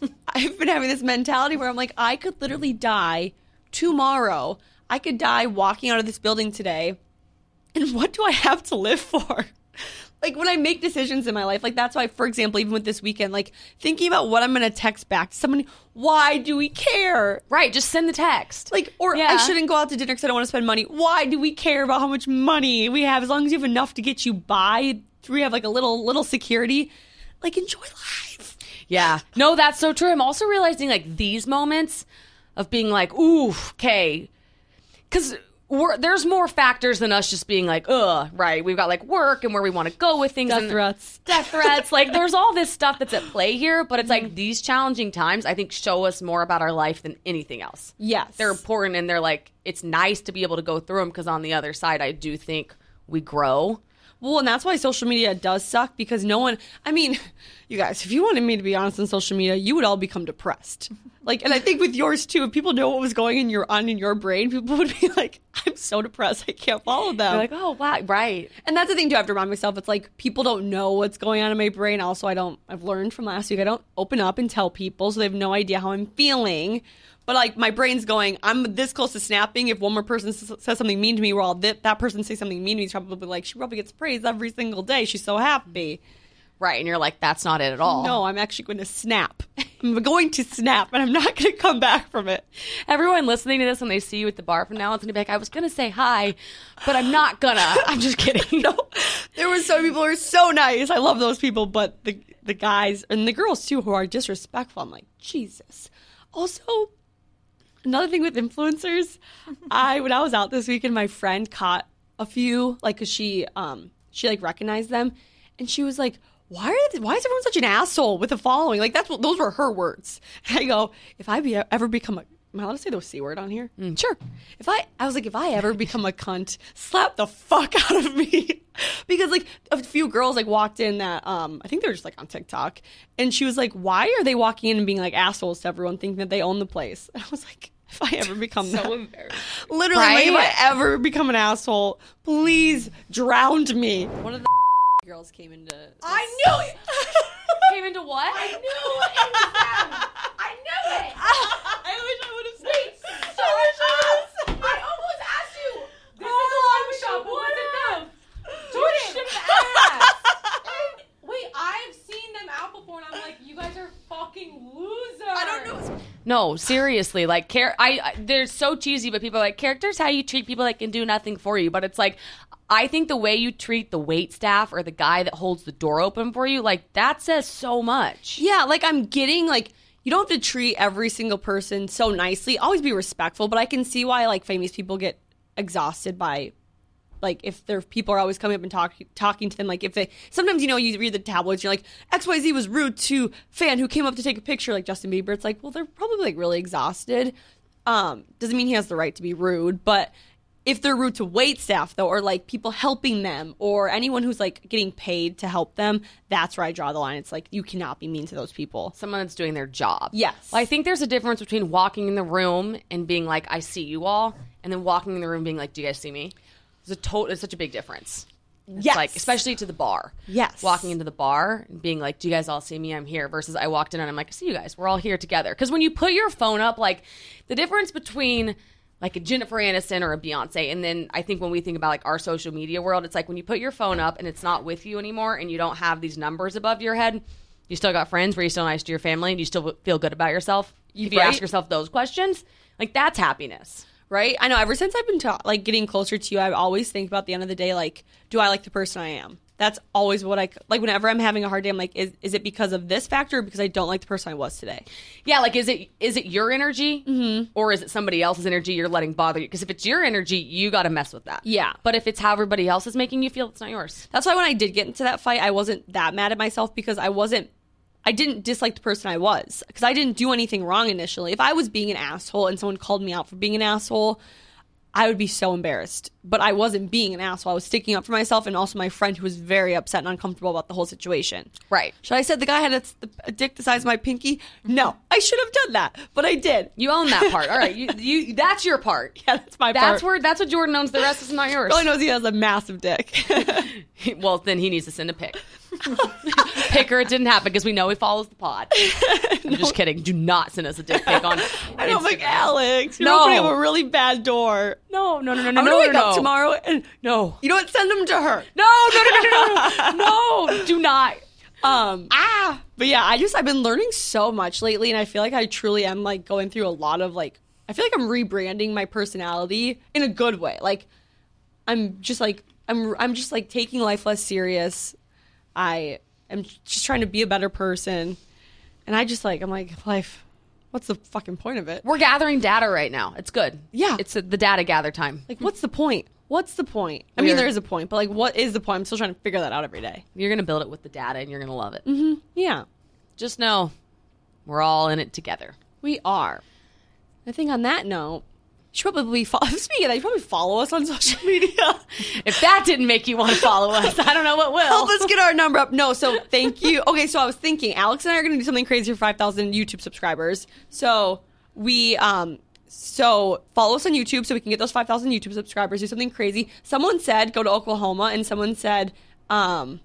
S1: I've been having this mentality where I'm like, I could literally die tomorrow. I could die walking out of this building today. And what do I have to live for? Like when I make decisions in my life, like that's why, for example, even with this weekend, like thinking about what I'm going to text back to someone, why do we care?
S2: Right, just send the text.
S1: Like, or
S2: Yeah.
S1: I shouldn't go out to dinner because I don't want to spend money. Why do we care about how much money we have? As long as you have enough to get you by, we have like a little little security. Like, enjoy life.
S2: Yeah. No, that's so true. I'm also realizing like these moments of being like, ooh, okay. Cause we're, there's more factors than us just being like, ugh, right. We've got like work and where we want to go with things.
S1: Death
S2: and
S1: threats.
S2: Death threats. like there's all this stuff that's at play here, but it's
S1: Mm-hmm.
S2: like these challenging times I think show us more about our life than anything else.
S1: Yes.
S2: they're important and they're like it's nice to be able to go through them because on the other side i do think we grow
S1: well, and that's why social media does suck because no one, I mean, you guys, if you wanted me to be honest on social media, you would all become depressed. Like, and I think with yours too, if people know what was going in your, on in your brain, people would be like, I'm so depressed. I can't follow them.
S2: they're like oh wow right
S1: and that's the thing too. I have to remind myself. It's like people don't know what's going on in my brain. Also, I don't. I've learned from last week. I don't open up and tell people, so they have no idea how I'm feeling. But like my brain's going, I'm this close to snapping. If one more person s- says something mean to me, well, that that person says something mean to me, it's probably like she probably gets praised every single day. She's so happy.
S2: right and you're like that's not it at all
S1: No, I'm actually going to snap. I'm going to snap, and I'm not going to come back from it.
S2: everyone listening to this when they see you at the bar from now on it's gonna be like i was gonna say hi but i'm not gonna i'm just kidding
S1: no, there were so many people who were so nice. I love those people, but the the guys and the girls too who are disrespectful. I'm like Jesus. Also, another thing with influencers, I when I was out this weekend, my friend caught a few like 'cause she um she like recognized them, and she was like. Why are th- why is everyone such an asshole with a following? Like that's what those were her words. And I go, if I be, ever become a am I allowed to say the c word on here? Mm. Sure. If I I was like, if I ever become a cunt, slap the fuck out of me. because like a few girls like walked in that um I think they were just like on TikTok and she was like, Why are they walking in and being like assholes to everyone thinking that they own the place? And I was like, if I ever become
S3: So
S1: that,
S3: embarrassing.
S1: literally, like, if
S2: Right?
S1: I ever become an asshole, please drowned me. One of the girls came into.
S2: i knew it came into what i knew it i knew it
S1: I wish I would have said. Wait,
S2: so
S1: I wish I
S2: I almost asked you. This is a long shot. Who was it? Them. Jordan should have asked. Wait, I've seen them out before, and I'm like, you guys are fucking losers. I
S1: don't know.
S2: No, seriously, like care. I, I they're so cheesy, but people are like characters how you treat people that can do nothing for you. But it's like, I think the way you treat the wait staff or the guy that holds the door open for you, like that says so much.
S1: Yeah, like I'm getting like you don't have to treat every single person so nicely. Always be respectful, but I can see why like famous people get exhausted by like if their people are always coming up and talk, talking to them like if they sometimes you know you read the tabloids you're like xyz was rude to fan who came up to take a picture like justin bieber it's like well they're probably like really exhausted um doesn't mean he has the right to be rude but if they're rude to wait staff though or like people helping them or anyone who's like getting paid to help them that's where i draw the line it's like you cannot be mean to those people
S2: someone that's doing their job.
S1: Yes.
S2: Well, I think there's a difference between walking in the room and being like, I see you all, and then walking in the room and being like, Do you guys see me? It's a total. It's such a big difference. It's
S1: Yes.
S2: Like especially to the bar.
S1: Yes.
S2: Walking into the bar and being like, "Do you guys all see me? I'm here." Versus I walked in and I'm like, I "See you guys. We're all here together." Because when you put your phone up, like the difference between like a Jennifer Aniston or a Beyonce, and then I think when we think about like our social media world, it's like when you put your phone up and it's not with you anymore, and you don't have these numbers above your head. You still got friends. Were you still nice to your family? And you still feel good about yourself? If you ask
S1: Right.
S2: yourself those questions, like that's happiness.
S1: right? I know. Ever since I've been ta- like getting closer to you, I always think about the end of the day, like, do I like the person I am? That's always what I like. Whenever I'm having a hard day, I'm like, is is it because of this factor or because I don't like the person I was today?
S2: Yeah, like is it is it your energy or is it somebody else's energy you're letting bother you? Because if it's your energy, you got to mess with that.
S1: Yeah.
S2: but if it's how everybody else is making you feel, it's not yours.
S1: That's why when I did get into that fight, I wasn't that mad at myself because I wasn't. I didn't dislike the person I was because I didn't do anything wrong initially. If I was being an asshole and someone called me out for being an asshole, I would be so embarrassed. But I wasn't being an asshole. I was sticking up for myself and also my friend who was very upset and uncomfortable about the whole situation.
S2: Right.
S1: Should I said the guy had a, a dick the size of my pinky? No, I should have done that, but I did.
S2: You own that part. All right, you, you that's your part.
S1: Yeah, that's my
S2: That's
S1: part.
S2: where that's what Jordan owns. The rest is not yours.
S1: Probably knows he has a massive dick.
S2: well, then he needs to send a pic. pic or it didn't happen because we know he follows the pod. I'm just kidding. Do not send us a dick pic on.
S1: I know, I'm like Alex, you're
S2: No.
S1: opening up a really bad door.
S2: No, no, no, no, no,
S1: I'm gonna
S2: no, no,
S1: wake
S2: no.
S1: up tomorrow and
S2: No,
S1: you know what? Send them to her.
S2: no, no, no, no, no, no, no. Do not.
S1: Um, ah, but yeah, I just I've been learning so much lately, and I feel like I truly am like going through a lot of like I feel like I'm rebranding my personality in a good way. Like I'm just like I'm I'm just like taking life less serious. I am just trying to be a better person, and I just like I'm like life. What's the fucking point of it?
S2: We're gathering data right now. It's good.
S1: Yeah.
S2: It's the data gather time.
S1: Like, what's the point? What's the point? I mean,
S2: Weird.
S1: there is a point, but like, what is the point? I'm still trying to figure that out every day.
S2: You're going to build it with the data and you're going to love it.
S1: Mm-hmm. Yeah,
S2: Just know we're all in it together.
S1: we are. I think on that note, you should probably follow. Speaking of that, you should probably follow us on social media.
S2: If that didn't make you want to follow us, I don't know what will.
S1: Help us get our number up. No, so thank you. Okay, so I was thinking, Alex and I are going to do something crazy for 5,000 YouTube subscribers. So we, um, so follow us on YouTube so we can get those 5,000 YouTube subscribers. Do something crazy. Someone said go to Oklahoma, and someone said, um,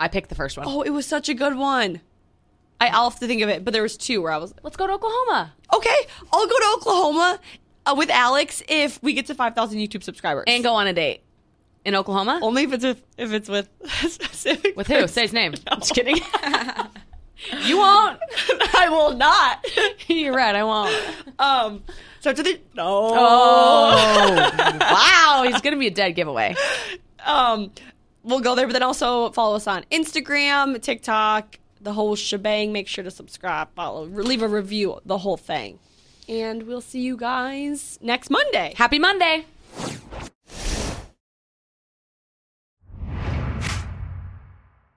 S2: I picked the first one.
S1: oh, it was such a good one. I, I'll have to think of it, but there was two where I was
S2: Let's go to Oklahoma
S1: okay, I'll go to Oklahoma uh, with Alex if we get to 5,000 YouTube subscribers.
S2: and go on a date in Oklahoma.
S1: Only if it's with, if it's with a specific.
S2: With who? Say his name. Just kidding. you won't.
S1: I will not.
S2: You're right. I won't.
S1: Um, so to the no.
S2: Oh.
S1: Oh.
S2: wow. He's going to be a dead giveaway.
S1: Um, we'll go there, but then also follow us on Instagram, TikTok, the whole shebang. Make sure to subscribe, follow, leave a review, the whole thing, and we'll see you guys next Monday.
S2: Happy Monday.